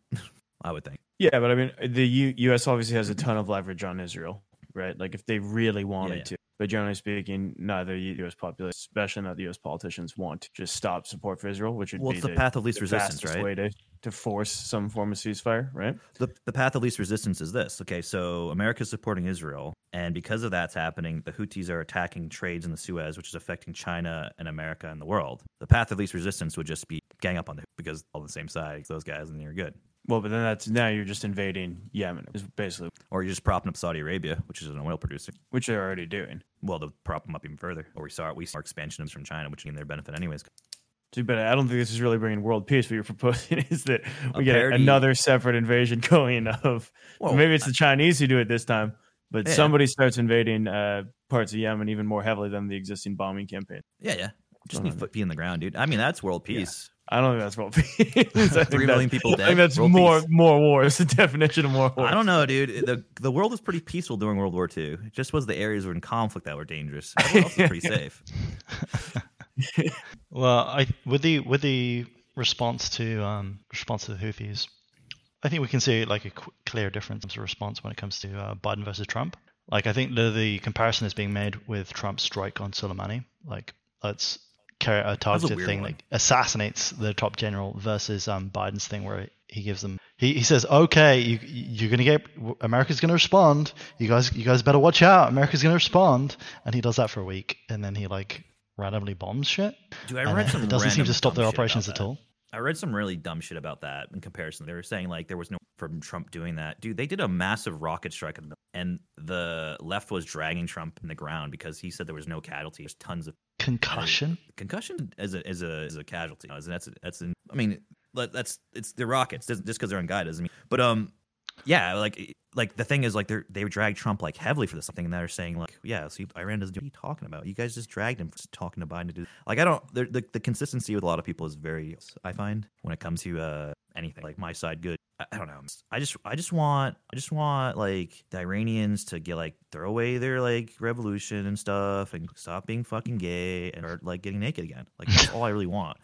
i would think Yeah, but I mean, the U- U.S. obviously has a ton of leverage on Israel, right? Like if they really wanted yeah. to. But generally speaking, neither the U.S. population, especially not the U.S. politicians, want to just stop support for Israel, which would Well, be it's the path of least the resistance, fastest right? Way to, to force some form of ceasefire, right? the, the path of least resistance is this. Okay, so America's supporting Israel, and because of that's happening, the Houthis are attacking trades in the Suez, which is affecting China and America and the world. The path of least resistance would just be gang up on the because all on the same side, those guys, and you're good. Well, but then that's now you're just invading Yemen, is basically Or you're just propping up Saudi Arabia, which is an oil producer. which they're already doing. Well, they'll prop them up even further. Or we saw it. We saw expansion from China, which in their benefit anyways. So, but I don't think this is really bringing world peace. What you're proposing is that we A get parody. another separate invasion going of Well, maybe it's the Chinese who do it this time, but Yeah. somebody starts invading uh, parts of Yemen even more heavily than the existing bombing campaign. Yeah, yeah. Just need foot pee in the ground, dude. I mean, that's world peace. I don't think that's world peace. I Three think million that's- people I dead, think that's world more peace. more war. It's the definition of more war. I don't know, dude. The the world was pretty peaceful during World War II. It just was the areas were in conflict that were dangerous. Everyone else was pretty safe. Well, I with the with the response to um response to the Houthis, I think we can see like a qu- clear difference in response when it comes to uh, Biden versus Trump. Like I think the the comparison is being made with Trump's strike on Soleimani. Like let's carry out a targeted weird thing one. like assassinates the top general versus um Biden's thing where he gives them he, he says okay you you're gonna get America's gonna respond you guys you guys better watch out America's gonna respond and he does that for a week and then he like randomly bombs shit Dude, I and read it some doesn't seem random to stop their dumb shit about operations at that. all. I read some really dumb shit about that in comparison. They were saying like there was no from Trump doing that. Dude, they did a massive rocket strike in the and the left was dragging Trump in the ground because he said there was no casualty. There's tons of Concussion. concussion as a as a as a casualty. As in, that's that's an, I mean that- that's it's the rockets just because they're unguided doesn't mean. But um yeah like like the thing is like they are they dragged Trump like heavily for this something and they're saying like yeah see Iran doesn't do what are you talking about you guys just dragged him for talking to Biden to do like I don't the, the the consistency with a lot of people is very I find when it comes to uh anything like my side good I, I don't know I just I just want I just want like the Iranians to get like throw away their like revolution and stuff and stop being fucking gay and start like getting naked again like that's all I really want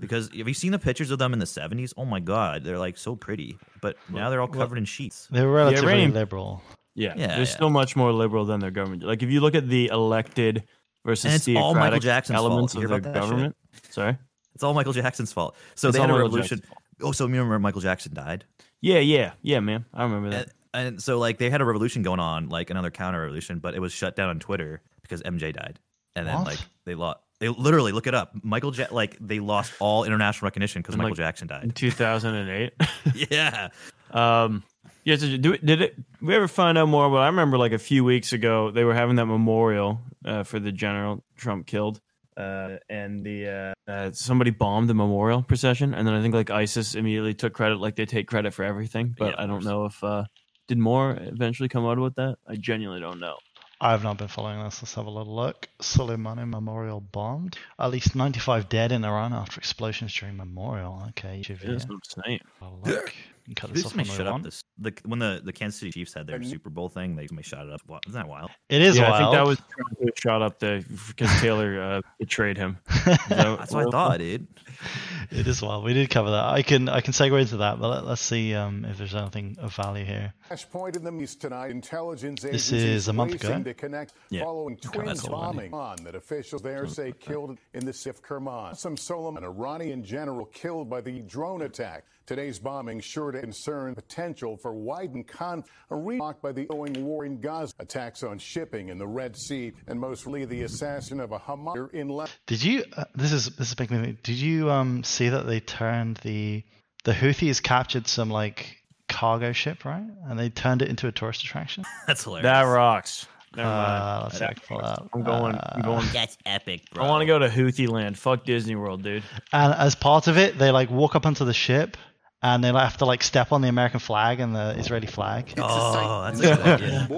because have you seen the pictures of them in the 70s oh my god they're like so pretty but now they're all covered in sheets They were relatively Iranian- liberal. Yeah, Yeah, they're yeah. still much more liberal than their government. Like if you look at the elected versus And it's all Michael theocratic Jackson's fault. elements You of hear their about that shit? government. Sorry. It's all Michael Jackson's fault. So It's they had a all Michael revolution. Jackson's Oh, so you remember Michael Jackson died? Yeah, yeah, yeah, man. I remember that. And, and so like they had a revolution going on, like another counter revolution, but it was shut down on Twitter because MJ died, and then What? like they lost. They literally look it up. Michael, ja- like they lost all international recognition because And, Michael like- Jackson In died. 2008. yeah, um, yeah, so do, did it? We ever find out more? But I remember like a few weeks ago they were having that memorial uh, for the general Trump killed, uh, and the uh, uh, somebody bombed the memorial procession, and then I think like ISIS immediately took credit, like they take credit for everything. But Yeah, of I don't course. know if uh, did more eventually come out about that. I genuinely don't know. I have not been following this. Let's have a little look. Soleimani Memorial bombed. At least 95 dead in Iran after explosions during Memorial. Okay, Yeah. Juvia. That's what I'm saying. Have a look. You can cut this this off may when we shut up. want. This the when the the Kansas City Chiefs had their Super Bowl thing, they may shut it up. Wa- Isn't that wild? It is yeah, wild. I think that was Trump who shot up the because Taylor uh, betrayed him. That's what I thought, dude. it is wild. We did cover that. I can I can segue into that, but let, let's see um, if there's anything of value here. Flashpoint in the Middle East tonight. Intelligence This agencies is a month ago. racing to connect Yeah. following twin that's a lot. bombing on that officials there say killed in the Sif Kerman. Some Soleim, an Iranian general killed by the drone attack. Today's bombing sure to concern potential for widened conflict, a remark by the ongoing war in Gaza, attacks on shipping in the Red Sea, and mostly the assassin of a Hamas leader in Lebanon. Did you? Uh, this is this is making me. think. Did you um see that they turned the the Houthis captured some like cargo ship right, and they turned it into a tourist attraction? That's hilarious. That rocks. Never Uh, mind. let's That check for that. I'm going. Uh, I'm going. That's epic, bro. I want to go to Houthi land. Fuck Disney World, dude. And as part of it, they like walk up onto the ship, and they like, have to like step on the American flag and the Israeli flag. Oh, that's a good idea.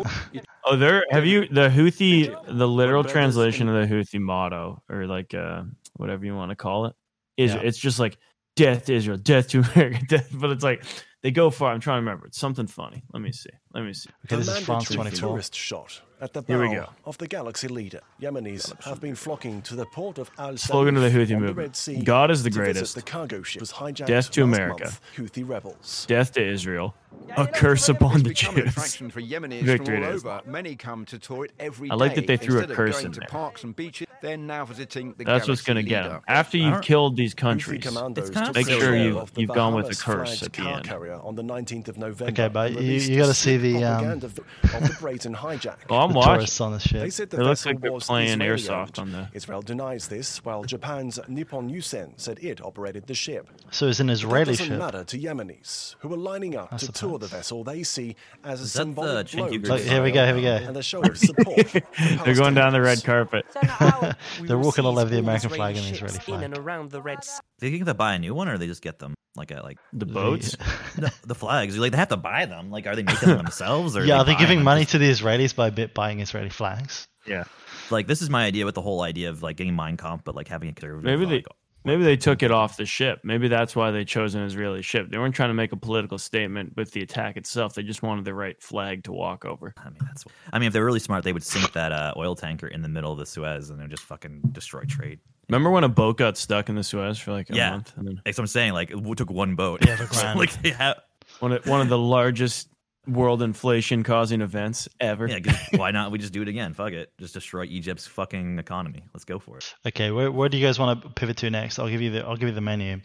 Oh, there. Have you the Houthi? The literal translation of the Houthi motto, or like uh, whatever you want to call it, is Yeah. it's just like death to Israel, death to America, death. But it's like they go far. I'm trying to remember. It's something funny. Let me see. Let me see. Okay, this is France Mandatory 24. tourist shot at the Here we bow go. of the Galaxy leader. Yemenis have been flocking to the port of Al Slogan of the Houthi on the movement. Red Sea God is the to visit greatest. The cargo ship was hijacked Death to last America. month. Houthi rebels. Death to Israel. A curse upon the Jews. for Yemenis Victory it is. Many come to tour it every I like that they threw a curse in there. parks and beaches. They're now visiting the That's what's gonna get them. After I you've don't- killed these Houthi countries, commandos kind took of Make sure control you've- of the you've gone with a Bahamas curse flagged at the car end. carrier on the 19th of November. Okay, but and you- released you gotta see slick the, um, propaganda of the, of the Brayton hijack. well, I'm The watching. tourists on the ship. They said the It looks vessel like they're was playing Israeli airsoft owned. on the- Israel denies this, while Japan's Nippon Yusen said it operated the ship. So it's an But Israeli that doesn't ship. matter to Yemenis, who are lining up That's to the tour the point. vessel they see as a that the symbolic Chinky blow. to Group? Look, here we go, here we go. And a show of support. for They're going down the red Palestinians. carpet. They're walking all over the American flag and the Israeli flag. They think they buy a new one, or they just get them like at like The boats. no, the flags. Like they have to buy them. Like are they making them themselves? Or Yeah, are they buy giving them? money to the Israelis by bit buying Israeli flags? Like this is my idea with the whole idea of like getting mind comp, but like having a conservative. Maybe they- like, Maybe they took it off the ship. Maybe that's why they chose an Israeli ship. They weren't trying to make a political statement with the attack itself. They just wanted the right flag to walk over. I mean, that's. I mean, if they're really smart, they would sink that uh, oil tanker in the middle of the Suez and then just fucking destroy trade. Remember when a boat got stuck in the Suez for like a Yeah. month? And then That's what I'm saying. Like, it took one boat. Yeah, they're So, grand. like they have. one of, one of the largest world inflation causing events ever. Yeah, 'cause why not? We just do it again. Fuck it. Just destroy Egypt's fucking economy. Let's go for it. Okay, where, where do you guys want to pivot to next? I'll give you the I'll give you the menu.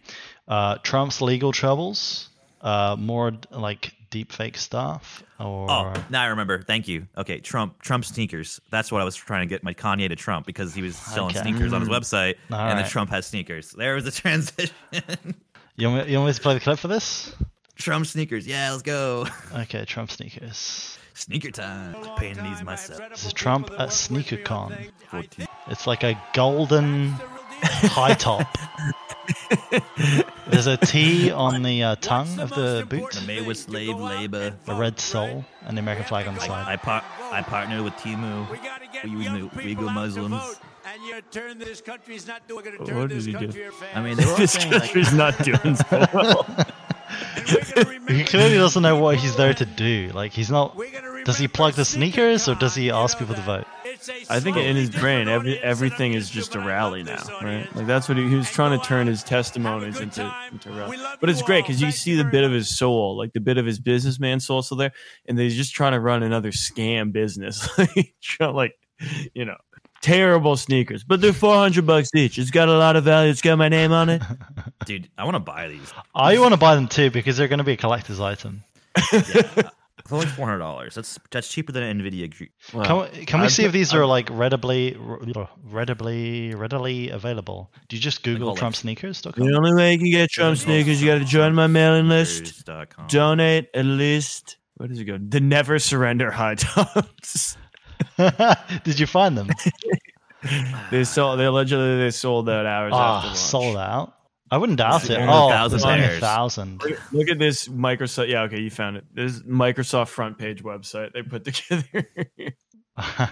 Uh, Trump's legal troubles, uh, more like deep fake stuff, or Oh, now I remember. Thank you. Okay, Trump. Trump sneakers. That's what I was trying to get my Kanye to Trump because he was selling Okay. sneakers on his website, All and then right. Trump has sneakers. There was the transition. you want me, you want me to play the clip for this? Trump sneakers. Yeah, let's go. Okay, Trump sneakers. Sneaker time. Paying these myself. This is Trump at SneakerCon. It's like a golden high top. There's a T on the uh, tongue of the boot, The May with slave labor. a red sole, and the American flag on the side. I par- I partner with Timu. We use the Uyghur Muslims. And you turn this country's not doing it. What did he do? I mean, they were all this saying like, country's not doing so well. he clearly doesn't know what he's there to do. Like he's not. Does he plug the sneakers or does he ask people to vote? I think in his brain, every everything is just a rally now, right? Like that's what he, he was trying to turn his testimonies into into rally. But it's great because you see the bit of his soul, like the bit of his businessman soul, still there, and he's just trying to run another scam business, like trying- like you know, terrible sneakers, but they're four hundred bucks each. It's got a lot of value. It's got my name on it, dude. I want to buy these. I want to buy them too because they're going to be a collector's item. uh, It's only four hundred dollars. That's that's cheaper than Nvidia. G- Can we, can we see if these are like readily, readily, readily available? Do you just Google call it- Trump sneakers? dot com? The only way you can get Trump sneakers, you got to join my mailing list. Donate at least. Where does it go? The Never Surrender High Tops. Did you find them? they sold. They allegedly they sold out hours Ah, after launch. sold out. I wouldn't doubt It's it. only Oh, 1,000 there's only a pairs. thousand. Look, look at this Microsoft. Yeah, okay, you found it. This Microsoft front page website they put together.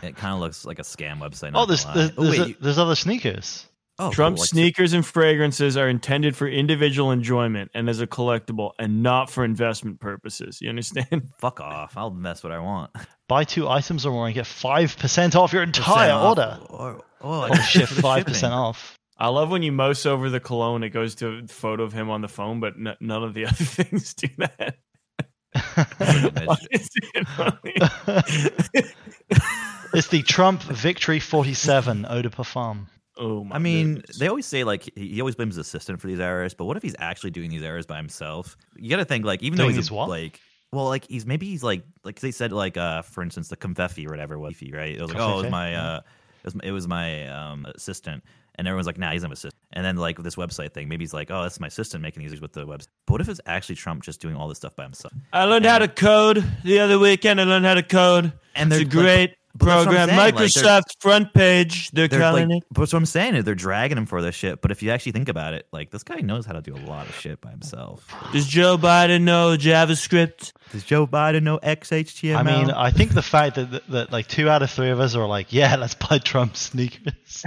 it kind of looks like a scam website. Oh, not there's gonna lie. there's, oh, there's, wait, you- there's other sneakers. oh, Trump cool, like- sneakers and fragrances are intended for individual enjoyment and as a collectible, and not for investment purposes. You understand? Fuck off! I'll invest what I want. Buy two items or more and get five percent off your entire off. order. Oh, oh, I oh got shit, for the five percent shipping. off. I love when you mouse over the cologne. It goes to a photo of him on the phone, but n- none of the other things do that. It's the Trump Victory 47 Eau de Parfum. oh my! I mean, they always say like he he always blames his assistant for these errors, but what if he's actually doing these errors by himself? You got to think like even Doing though these he's a- what? like well like he's maybe he's like like they said like uh for instance the confetti or whatever was right? It was like oh it Confetti, was my yeah. uh it was, it was my um assistant. And everyone's like, nah, he's not my assistant. And then like this website thing, maybe he's like, oh, that's my assistant making these with the website. But what if it's actually Trump just doing all this stuff by himself? I learned how to code the other weekend. I learned how to code. And it's they're a like- great but that's what I'm program. saying, like, Microsoft they're- front page. They're, They're calling like, it. but that's what I'm saying. is They're dragging him for this shit. But if you actually think about it, like this guy knows how to do a lot of shit by himself. Does Joe Biden know JavaScript? Does Joe Biden know XHTML? I mean, uh, I think the fact that, that that like two out of three of us are like, yeah, let's buy Trump sneakers.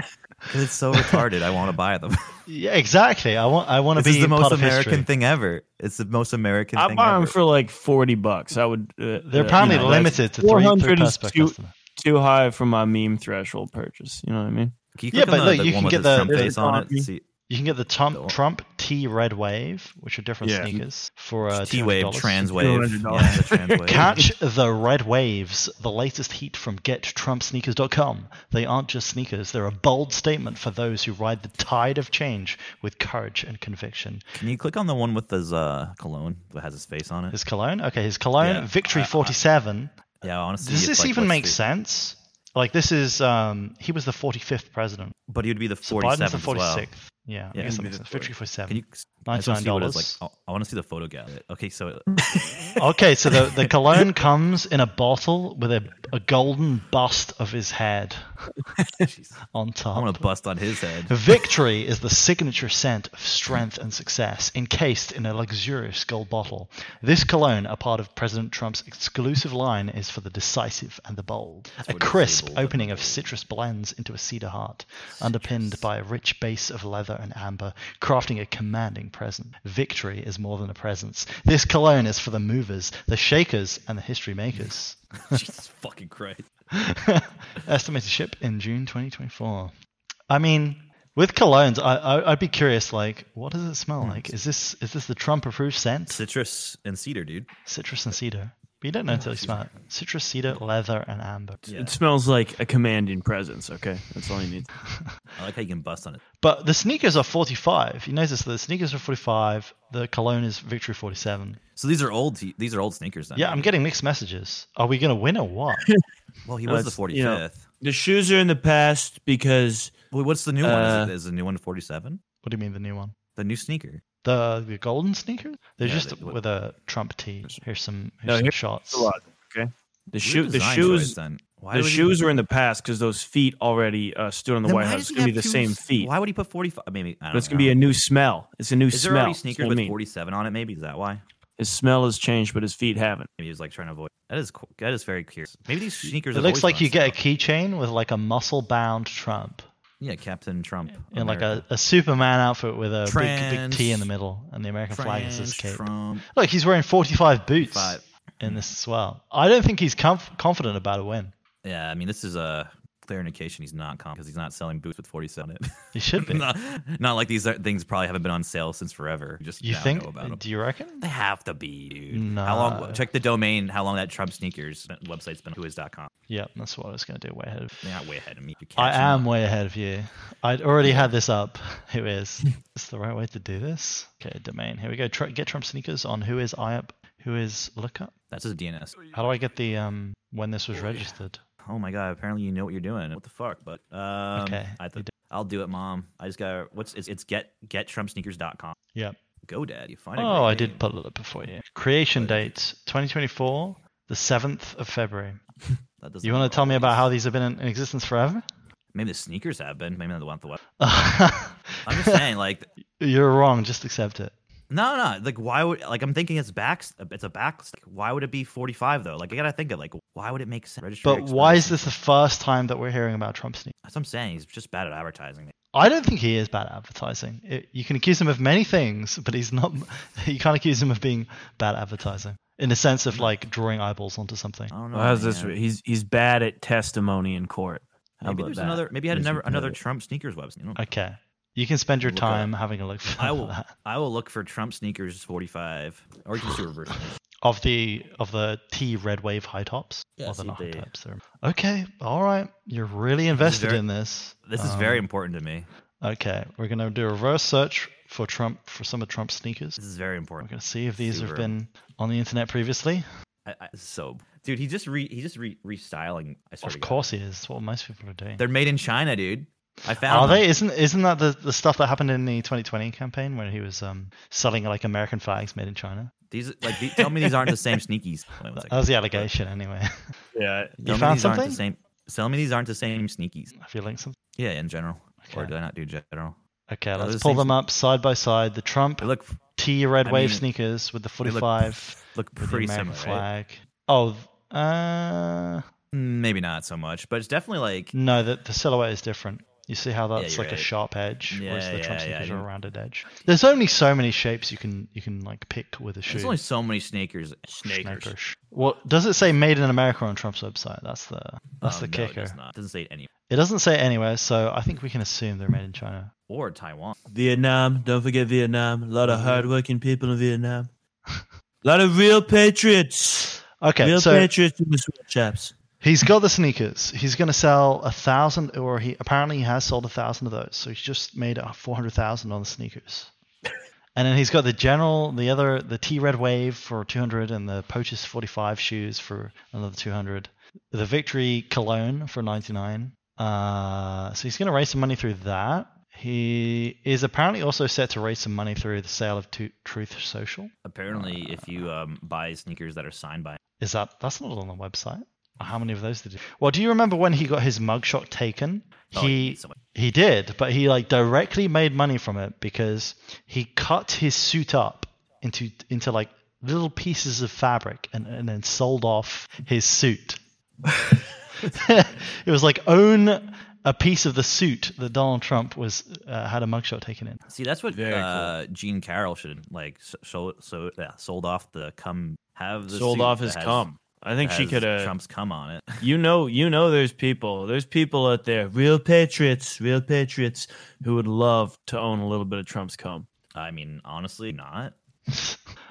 'Cause it's so retarded. I want to buy them. yeah, exactly. I want I want to this be is the most part of American history. thing ever. It's the most American I thing buy ever. them for like forty bucks. I would. Uh, They're apparently limited to three- three pairs per too, customer. too high for my meme threshold purchase. You know what I mean? Can you Yeah, click on but the- look, the you one can with get his the- Trump There's face a on it. copy. and See, You can get the Trump Trump T Red Wave, which are different Yeah. sneakers for uh, T wave, $200. trans wave, $200. yeah, the trans wave. Catch the red waves, the latest heat from gettrumpsneakers.com. They aren't just sneakers, they're a bold statement for those who ride the tide of change with courage and conviction. Can you click on the one with his uh, cologne that has his face on it? His cologne? Okay, his cologne, Yeah, Victory I- I- 47. Yeah, honestly, Does it's this like, even what's make the- sense? Like, this is, um, he was the 45th president. But he would be the So 47th Biden's the as well. 46th. Yeah, I Yeah, guess he'd that be makes the sense. Victory Can 47. you? I just wanna see what it's like. $99. I- I want to see the photo gallery. Okay, so Oh. Okay, so the, the cologne comes in a bottle with a, a golden bust of his head on top. I want to bust on his head. Victory is the signature scent of strength and success, encased in a luxurious gold bottle. This cologne, a part of President Trump's exclusive line, is for the decisive and the bold. A what it is, crisp bold and opening of citrus blends into a cedar heart, underpinned by a rich base of leather and amber, crafting a commanding presence. Victory is more than a presence. This cologne is for the movers, the shakers, and the history makers. Jesus fucking Christ! Estimated ship in June 2024. I mean, with colognes, I, I I'd be curious. Like, what does it smell like? Is this is this the Trump approved scent? Citrus and cedar, dude. Citrus and cedar. But you don't know until you smell it. Citrus, cedar, leather, and amber. It smells like a commanding presence. Okay, that's all you need. I like how you can bust on it. But the sneakers are 45. You notice that the sneakers are 45. The cologne is Victory 47. So these are old. T- these are old sneakers. Then. Yeah, I'm getting mixed messages. Are we gonna win or what? Well, he No, was the it's- 45th. you know- The shoes are in the past because Wait, what's the new Uh, one? Is, it, is the new one 47? What do you mean the new one? The new sneaker. The the golden sneakers? They're Yeah, just they- with a Trump T. Here's some, here's No, some here's shots. Okay. The Weird shoe, the design shoes, choice, then. Why the would he- shoes were in the past because those feet already uh, stood on the Then White why House. does It's he gonna be have the two same s- feet, Why would he put 45? Maybe I don't but it's know. gonna be a new smell. It's a new Is there smell. already That's sneakers what I with mean. 47 on it? Maybe is that why? His smell has changed, but his feet haven't. Maybe he was like trying to avoid. That is cool. That is very curious. Maybe these sneakers. It have looks always like been you on get a keychain with like a muscle bound Trump. Yeah, Captain Trump. in like America. a, a Superman outfit with a big big Trans- T in the middle and the American flag is Trans his cape. Trump. Look, he's wearing 45 boots in this as well. I don't think he's comf- confident about a win. Yeah, I mean, this is a clear indication he's not comp because he's not selling boots with 47 in it. He should be. not, not like these are, things probably haven't been on sale since forever. You Just You now think? Know about 'em. Do you reckon? They have to be, dude. How long? Check the domain. How long that Trump sneakers website's been? Who is dot com? Yep, that's what I was going to do. Way ahead of. They're not way ahead of me. You I catch 'em am up. way ahead of you. I'd already had this up. Who is? Is the right way to do this? Okay, domain. Here we go. Tr- get Trump sneakers on who is I up, who is lookup. That's his DNS. How do I get the um when this was registered? Oh my god! Apparently you know what you're doing. What the fuck? But um, Okay, I th- I'll do it, mom. I just got what's it's, it's get gettrumpsneakers.com. Yep. Go, dad. You find it. Oh, I did put it up before you. Creation date 2024, the 7th of February. That doesn't You want to tell me about how these have been in, in existence forever? Maybe the sneakers have been. Maybe not the one the web. I'm just saying, like, You're wrong. Just accept it. no, no, like, why would like I'm thinking it's back, it's a back. Why would it be 45 though? Like, I gotta think of like, why would it make sense? Registry But why is expense. this the first time that we're hearing about Trump sneakers? That's what I'm saying. He's just bad at advertising. I don't think he is bad at advertising. It, you can accuse him of many things, but he's not. You can't accuse him of being bad at advertising in the sense of like drawing eyeballs onto something. I don't Well, how's this? He's he's bad at testimony in court. How Maybe about there's that? another. Maybe I had There's another, another another- Trump sneakers website. You know? Okay, you can spend your Look up. time having a look. For I will. that. I will look for Trump sneakers 45, or you can just do a reverse. of the of the T red wave high tops. Yeah, Or the see not if high they- tops. they're- Okay, all right. You're really invested very- in this. This is very Um, important to me. Okay, we're gonna do a reverse search for Trump for some of Trump's sneakers. This is very important. We're gonna see if these have Super. been on the internet previously. I, I, so, dude, he just re he just re restyling. I swear to Of God. course, it is. It's what most people are doing. They're made in China, dude. I found. Are them. they? Isn't isn't that the, the stuff that happened in the 2020 campaign when he was um, selling like American flags made in China? These like the, tell me these aren't the same sneakies. Wait one That second. was the allegation, anyway. Yeah. Oh, You Tell me found these aren't the something? same- Tell me these aren't the same sneakies. Have you linked something? Yeah, in general. Or did I not do general? Okay, Are let's those pull things- them up side by side. The Trump T red I wave mean, sneakers with the they look- 45 look with pretty the American similar, right? flag. Oh, uh, Maybe not so much, but it's definitely like no, the, the silhouette is different. You see how that's you're like a right. sharp edge, whereas Yeah, the Trump yeah, yeah, I sneakers are a didn't- rounded edge. There's only so many shapes you can you can like pick with a shoe. there's only so many sneakers. Sneakers. Um, Well, does it say made in America on Trump's website? That's the that's Um, no, the kicker. It does not. doesn't say any. It doesn't say anywhere, so I think we can assume they're made in China. Or Taiwan. Vietnam. Don't forget Vietnam. A lot of Mm-hmm. hardworking people in Vietnam. A lot of real patriots. Okay, real so- patriots in the sweatshops. He's got the sneakers. He's going to sell a thousand, or he apparently he has sold a thousand of those. So he's just made four hundred thousand on the sneakers. and then he's got the general, the other, the T Red Wave for two hundred, and the Pochus forty five shoes for another two hundred. The Victory Cologne for ninety nine. Uh, so he's going to raise some money through that. He is apparently also set to raise some money through the sale of Tu- Truth Social. Apparently, if you um, buy sneakers that are signed by, Is that that's not on the website? How many of those did he? Well, do you remember when he got his mugshot taken? Oh, he he did, but he like directly made money from it because he cut his suit up into into like little pieces of fabric and, and then sold off his suit. it was like own a piece of the suit that Donald Trump was uh, had a mugshot taken in. see, that's what uh, Gene Carroll should like so so, so yeah, sold off the cum have the Sold suit off that his has- cum. I think that she has coulda- Trump's cum on it. You know, you know. There's people. There's people out there, real patriots, real patriots, who would love to own a little bit of Trump's cum. I mean, honestly, not.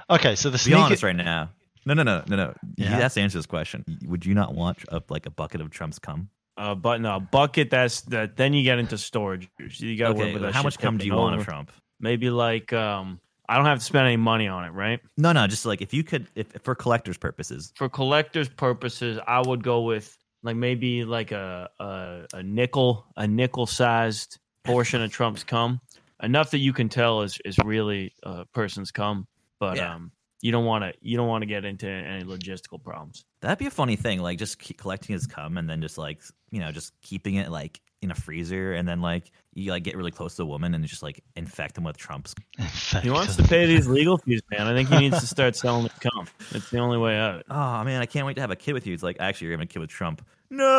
Okay, so the Be sneaker- honest right now. No, no, no, no, no. You Yeah. have to answer this question. Would you not want up like a bucket of Trump's cum? Uh, but no, bucket. That's that. Then you get into storage. You got to Okay, work with that. how shit much cum do you tipping want of over. Trump? Maybe like um, I don't have to spend any money on it, right? No, no. Just like if you could, if for collectors' purposes, For collectors' purposes, I would go with like maybe like a a, a nickel, a nickel sized portion of Trump's cum, enough that you can tell is is really a person's cum, but Yeah. um, you don't want to you don't want to get into any logistical problems. That'd be a funny thing, like just keep collecting his cum and then just like you know just keeping it like in a freezer and then like you like get really close to the woman and just like infect them with Trump's. He wants to pay these legal fees, man. I think he needs to start selling his cum. It's the only way out. Oh man, I can't wait to have a kid with you. It's like actually you're having a kid with Trump. no,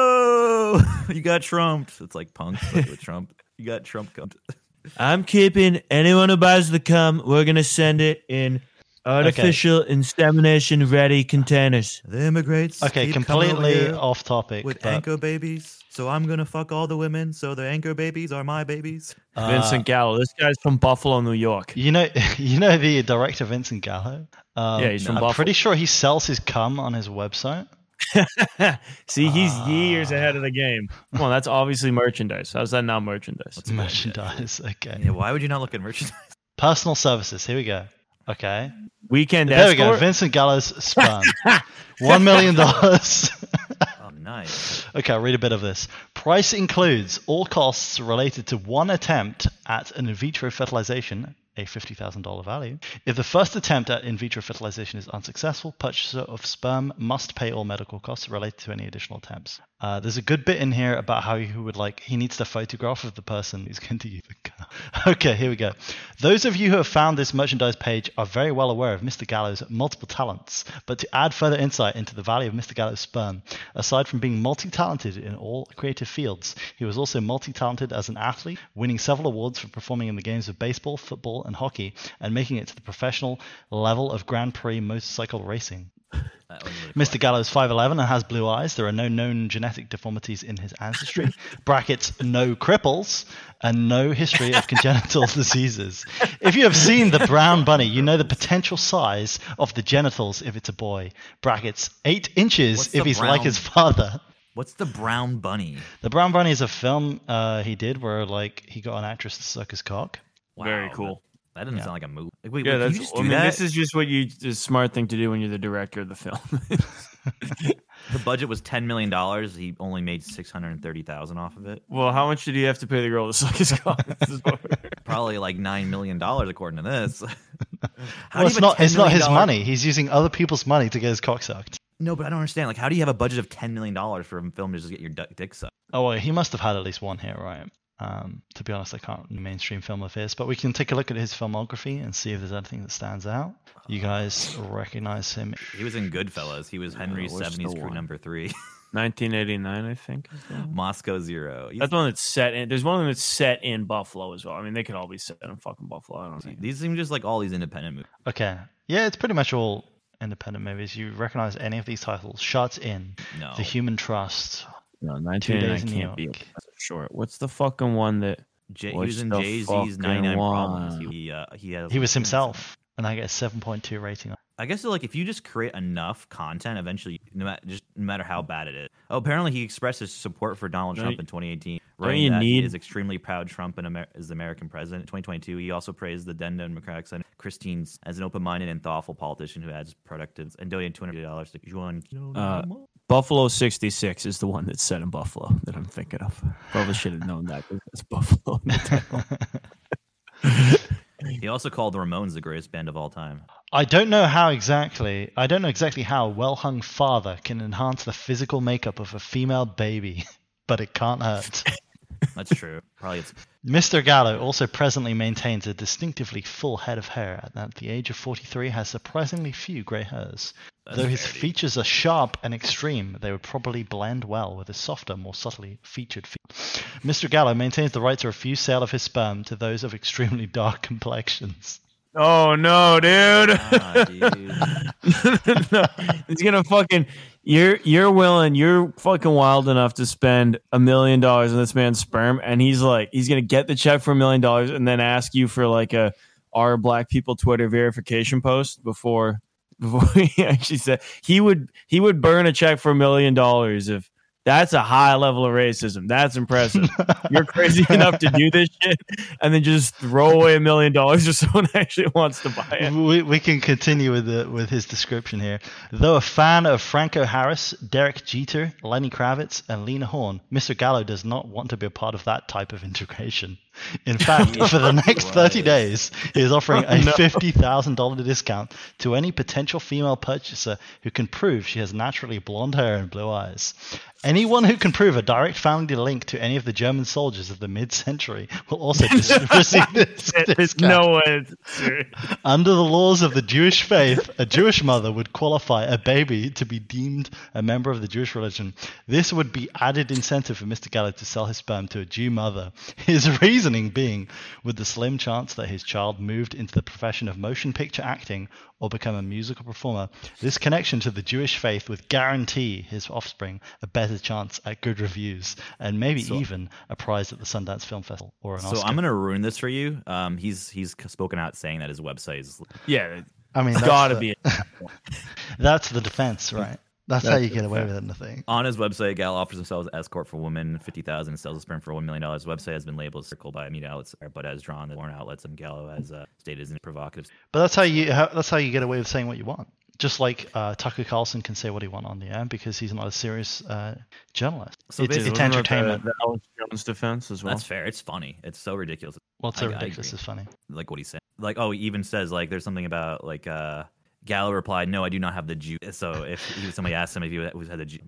you got trumped. It's like punk but with Trump. You got Trump cumped. I'm keeping anyone who buys the cum. We're gonna send it in artificial insemination ready containers. The immigrants. Okay, keep coming over completely here off topic, With but- anchor babies, so I'm gonna fuck all the women, so their anchor babies are my babies. Vincent Gallo. This guy's from Buffalo, New York. You know, you know the director Vincent Gallo. Um, Yeah, he's from I'm Buffalo. pretty sure he sells his cum on his website. See, he's years ahead of the game. Well, that's obviously merchandise. How's that not merchandise? It's merchandise. Okay. Yeah, why would you not look at merchandise? Personal services. Here we go. Okay. Weekend. There we go. escort? Vincent Gallo's sperm. One million dollars. oh, nice. Okay, I'll read a bit of this. Price includes all costs related to one attempt at an in vitro fertilization, a $50,000 value. If the first attempt at in vitro fertilization is unsuccessful, purchaser of sperm must pay all medical costs related to any additional attempts. Uh, there's a good bit in here about how he would like, he needs the photograph of the person who's going to use the car. Okay, here we go. Those of you who have found this merchandise page are very well aware of Mr. Gallo's multiple talents, but to add further insight into the value of Mr. Gallo's sperm, aside from being multi talented in all creative fields, he was also multi talented as an athlete, winning several awards for performing in the games of baseball, football, and hockey, and making it to the professional level of Grand Prix motorcycle racing. Uh, oh, Mr. Gallo is 5'11 and has blue eyes. There are no known genetic deformities in his ancestry. brackets, no cripples, and no history of congenital diseases. If you have seen the brown bunny, you know the potential size of the genitals if it's a boy. Brackets, eight inches What's if the he's like brown- his father. What's the brown bunny? The Brown Bunny is a film uh, he did where like he got an actress to suck his cock. Very cool. That, doesn't sound like a movie. Like, wait, yeah, wait, can that's. you just do I mean, that? this is just what you the smart thing to do when you're the director of the film. The budget was ten million dollars. He only made six hundred and thirty thousand off of it. well, how much did you have to pay the girl to suck his cock? This is what- Probably like nine million dollars, according to this. How do you Well, it's have a not it's $10 not million his money. He's using other people's money to get his cock sucked. No, but I don't understand. Like, how do you have a budget of ten million dollars for a film to just get your du- dick sucked? Oh, well, he must have had at least one hit, right? Um, to be honest, I can't remember the mainstream film of his, but we can take a look at his filmography and see if there's anything that stands out. You guys recognize him? Uh, He was in Goodfellas. He was Henry's where's the seventies crew one? number three. 1989, I think. is that one? Moscow Zero. You- That's one that's set in. There's one of them that's set in Buffalo as well. I mean, they could all be set in fucking Buffalo. I don't know. These seem just like all these independent movies. Okay, yeah, it's pretty much all independent movies. You recognize any of these titles? Shut in, No. The Human Trust, No, Two 1989 Days in New can't York. be that's short. What's the fucking one that? Jay, he what's was in the Jay Z's fucking 99 Problems. one? He he, uh, he had. a- He was himself, and I get a 7.2 rating. I guess like if you just create enough content, eventually, no matter just no matter how bad it is. Oh, apparently he expressed his support for Donald Don't Trump you- in 2018. don't writing you that he need- is extremely proud Trump and Amer- is the American president. In 2022, he also praised the then Democratic Senator Christine as an open-minded and thoughtful politician who adds productive and donated 200 dollars to Juan. Uh, Buffalo 66 is the one that's set in Buffalo that I'm thinking of. Probably should have known that. because That's Buffalo. in the title. He also called the Ramones the greatest band of all time. I don't know how exactly. I don't know exactly how a well-hung father can enhance the physical makeup of a female baby, but it can't hurt. That's true. Probably it's Mr. Gallo also presently maintains a distinctively full head of hair and at the age of 43 has surprisingly few grey hairs. That's Though his fair, dude. features are sharp and extreme, they would probably blend well with his softer, more subtly featured features. Mr. Gallo maintains the right to refuse sale of his sperm to those of extremely dark complexions. oh no, dude! ah, dude. no, it's gonna fucking. You're you're willing. You're fucking wild enough to spend a million dollars on this man's sperm, and he's like, he's gonna get the check for a million dollars, and then ask you for like a our black people Twitter verification post before before he actually said he would he would burn a check for a million dollars if that's a high level of racism. That's impressive. You're crazy enough to do this shit and then just throw away a million dollars if someone actually wants to buy it. we, we can continue with the with his description here. Though a fan of Franco Harris, Derek Jeter, Lenny Kravitz, and Lena Horne, Mr. Gallo does not want to be a part of that type of integration. In fact, for the next 30 Right. days, he is offering a No. $50,000 discount to any potential female purchaser who can prove she has naturally blonde hair and blue eyes. Anyone who can prove a direct family link to any of the German soldiers of the mid century will also dis- receive this. There's discount. no way. it's serious. Under the laws of the Jewish faith, a Jewish mother would qualify a baby to be deemed a member of the Jewish religion. This would be added incentive for Mr. Gallo to sell his sperm to a Jew mother. His reasoning being, with the slim chance that his child moved into the profession of motion picture acting or become a musical performer, this connection to the Jewish faith would guarantee his offspring a better chance at good reviews and maybe So- even a prize at the Sundance Film Festival or an So Oscar. I'm gonna ruin this for you. Um, he's he's spoken out saying that his website is yeah. I mean, that's gotta the- be. That's the defense, right? That's, how That's you the get away defense. with anything. On his website, Gal offers himself as escort for women, fifty thousand, sells a sperm for one million dollars. Website has been labeled circle by media outlets, but has drawn the Warren outlets, and Gallo has uh, stated is provocative. But that's how you how, that's how you get away with saying what you want. Just like uh, Tucker Carlson can say what he wants on the air because he's not a serious uh, journalist. it's basically, it's what about entertainment. The, the Alex Jones defense as well. That's fair. It's funny. It's so ridiculous. What's so I- I ridiculous agree. is funny. Like what he said. Like oh, he even says like there's something about like uh, Gallo replied, "No, I do not have the Jew." So if he, somebody asked him if he was had the Jew,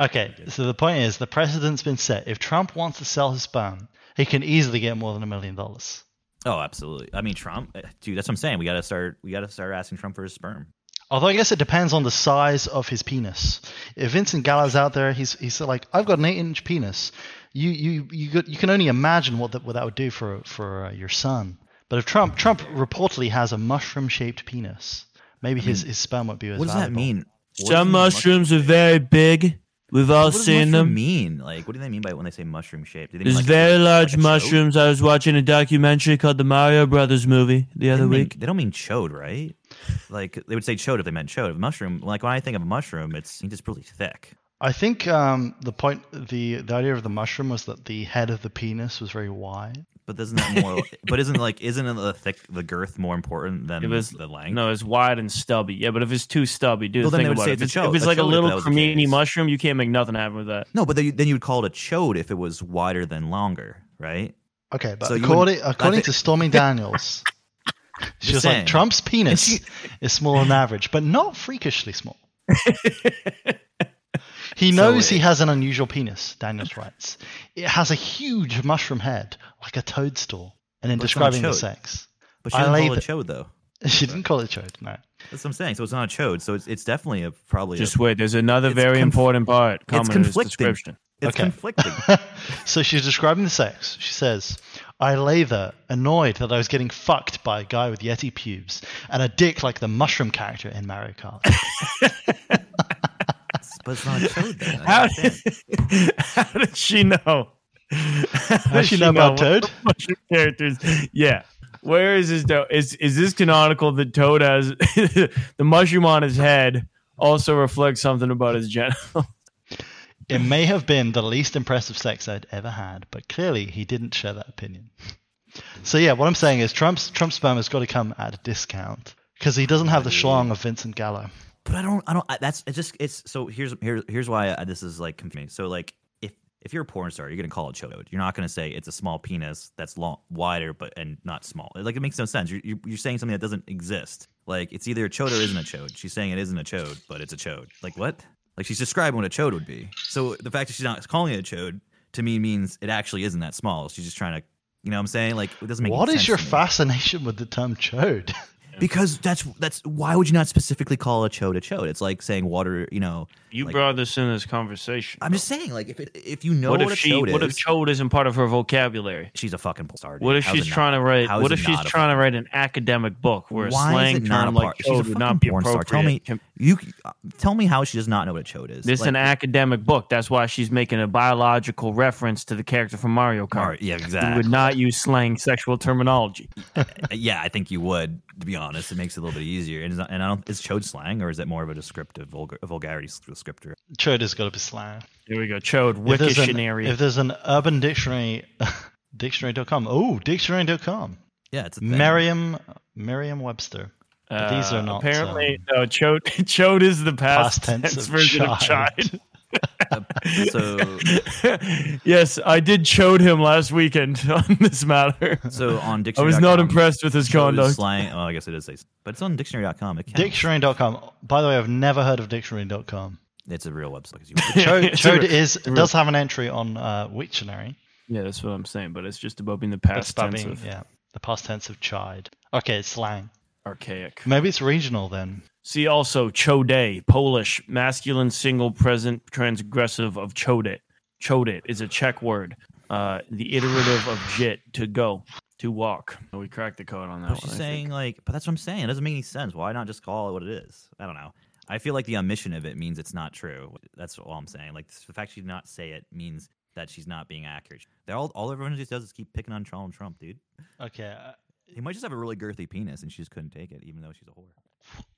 Okay, so the point is the precedent's been set. If Trump wants to sell his sperm, he can easily get more than a million dollars. oh, absolutely. I mean, Trump, eh, dude. That's what I'm saying. We gotta start. We gotta start asking Trump for his sperm. Although I guess it depends on the size of his penis. If Vincent Gallo's out there, he's he's like, I've got an eight-inch penis. You you you got, you can only imagine what that what that would do for for uh, your son. But if Trump Trump reportedly has a mushroom-shaped penis, maybe his, his sperm won't be as What does that valuable. mean? What does Some mushrooms are very big. We've all What does mushroom seen them. Mean like, what do they mean by when they say mushroom shaped? Do they mean There's like a- very large like a chode? mushrooms. I was watching a documentary called the Mario Brothers movie the They other don't mean- week. they don't mean chode, right? Like they would say chode if they meant chode. Mushroom, like when I think of a mushroom, it's it's just really thick. I think um, the point the the idea of the mushroom was that the head of the penis was very wide. But doesn't that more? but isn't like isn't the thick the girth more important than It was the length? no, it's wide and stubby. Yeah, but if it's too stubby, dude, Well, then think they would about say it. it's If a it's, chode- if it's a like a chode if little that was the cremini case. mushroom, you can't make nothing happen with that. No, but then you, then you would call it a chode if it was wider than longer, right? Okay, but So you according wouldn't- I according think- to Stormy Daniels, she was Just like saying. Trump's penis And she- is smaller than average, but not freakishly small. he knows he has an unusual penis. Daniels writes, it has a huge mushroom head like a toadstool, and in But it's not a describing the chode. sex, But she I didn't lay call it the- a chode though. she didn't call it chode. No, That's what I'm saying. So it's not a chode. So it's it's definitely a probably Just a, wait. There's another very conf- important part. it's Coming in this conflicting. description. It's Okay. conflicting. so she's describing the sex. She says, I lay there, annoyed that I was getting fucked by a guy with Yeti pubes and a dick like the mushroom character in Mario Kart. but it's not a chode. Then. I How understand. did, how did she know? How she know about what Toad? a bunch of characters. Yeah. Where is this? though? Is is this canonical that Toad has the mushroom on his head? Also reflects something about his genital. It may have been the least impressive sex I'd ever had, but clearly he didn't share that opinion. So yeah, what I'm saying is Trump's Trump's sperm has got to come at a discount because he doesn't have the schlong of Vincent Gallo. But I don't. I don't. I, that's it's just. It's so here's here's here's why I, this is like confusing. So like if if you're a porn star, you're gonna call it chode. You're not gonna say it's a small penis that's long, wider, but and not small. Like it makes no sense. You're you're, you're saying something that doesn't exist. Like it's either a chode or isn't a chode. She's saying it isn't a chode, but it's a chode. Like what? Like she's describing what a chode would be. So the fact that she's not calling it a chode to me means it actually isn't that small. She's just trying to. You know what I'm saying? Like it doesn't make. What sense is your to me. fascination with the term chode? Because that's that's why would you not specifically call a chode a chode? It's like saying water. You know, You Like- brought this in this conversation. I'm just saying, like, if it, if you know what what, if a she? chode what is, if chode isn't part of her vocabulary? she's a fucking porn star. dude. What if How's she's it not- trying to write? how is What it if not she's a trying to write an academic book where a Why is slang it not a term like part? She's a chode would fucking not be porn star. appropriate? Tell me, Can- you uh, tell me how she does not know what a chode is. This is Like, an academic book. That's why she's making a biological reference to the character from Mario Kart. Mario- yeah, You would exactly. not use slang sexual terminology. yeah, I think you would. To be honest, it makes it a little bit easier. And, it's not, and I don't. Is chode slang or is it more of a descriptive vulgar, a vulgarity s- descriptor? chode has got to be slang. Here we go. Chode, If there's an- Wiktionary. If there's an urban dictionary, dictionary.com. Oh, dictionary.com. Yeah, it's a thing. Merriam Merriam Webster. But these Uh, are not Apparently, um, no, chode, chode is the past past, tense tense of version of child. child. so yes, I did chode him last weekend on this matter. So on I dictionary. was not impressed with his conduct. Slang. Oh, I guess it is, say- but it's on dictionary.com. It counts. Dictionary.com. By the way, I've never heard of dictionary.com. It's a real website. 'cause you- Chode, It's a Chode re- is it's a re- does have an entry on uh, Wiktionary. Yeah, that's what I'm saying. But it's just about being the past It's about tense being- of yeah, the past tense of chide. Okay, it's slang. archaic. Maybe it's regional then. See also chode, Polish, masculine, single, present, transgressive of chode. Chode is a Czech word. Uh, the iterative of jit, to go, to walk. We cracked the code on that I was one. just I think. saying, like, but that's what I'm saying. It doesn't make any sense. Why not just call it what it is? I don't know. I feel like the omission of it means it's not true. That's all I'm saying. Like the fact she did not say it means that she's not being accurate. They all all everyone just does is keep picking on Donald Trump, dude. Okay, uh, He might just have a really girthy penis, and she just couldn't take it, even though she's a whore.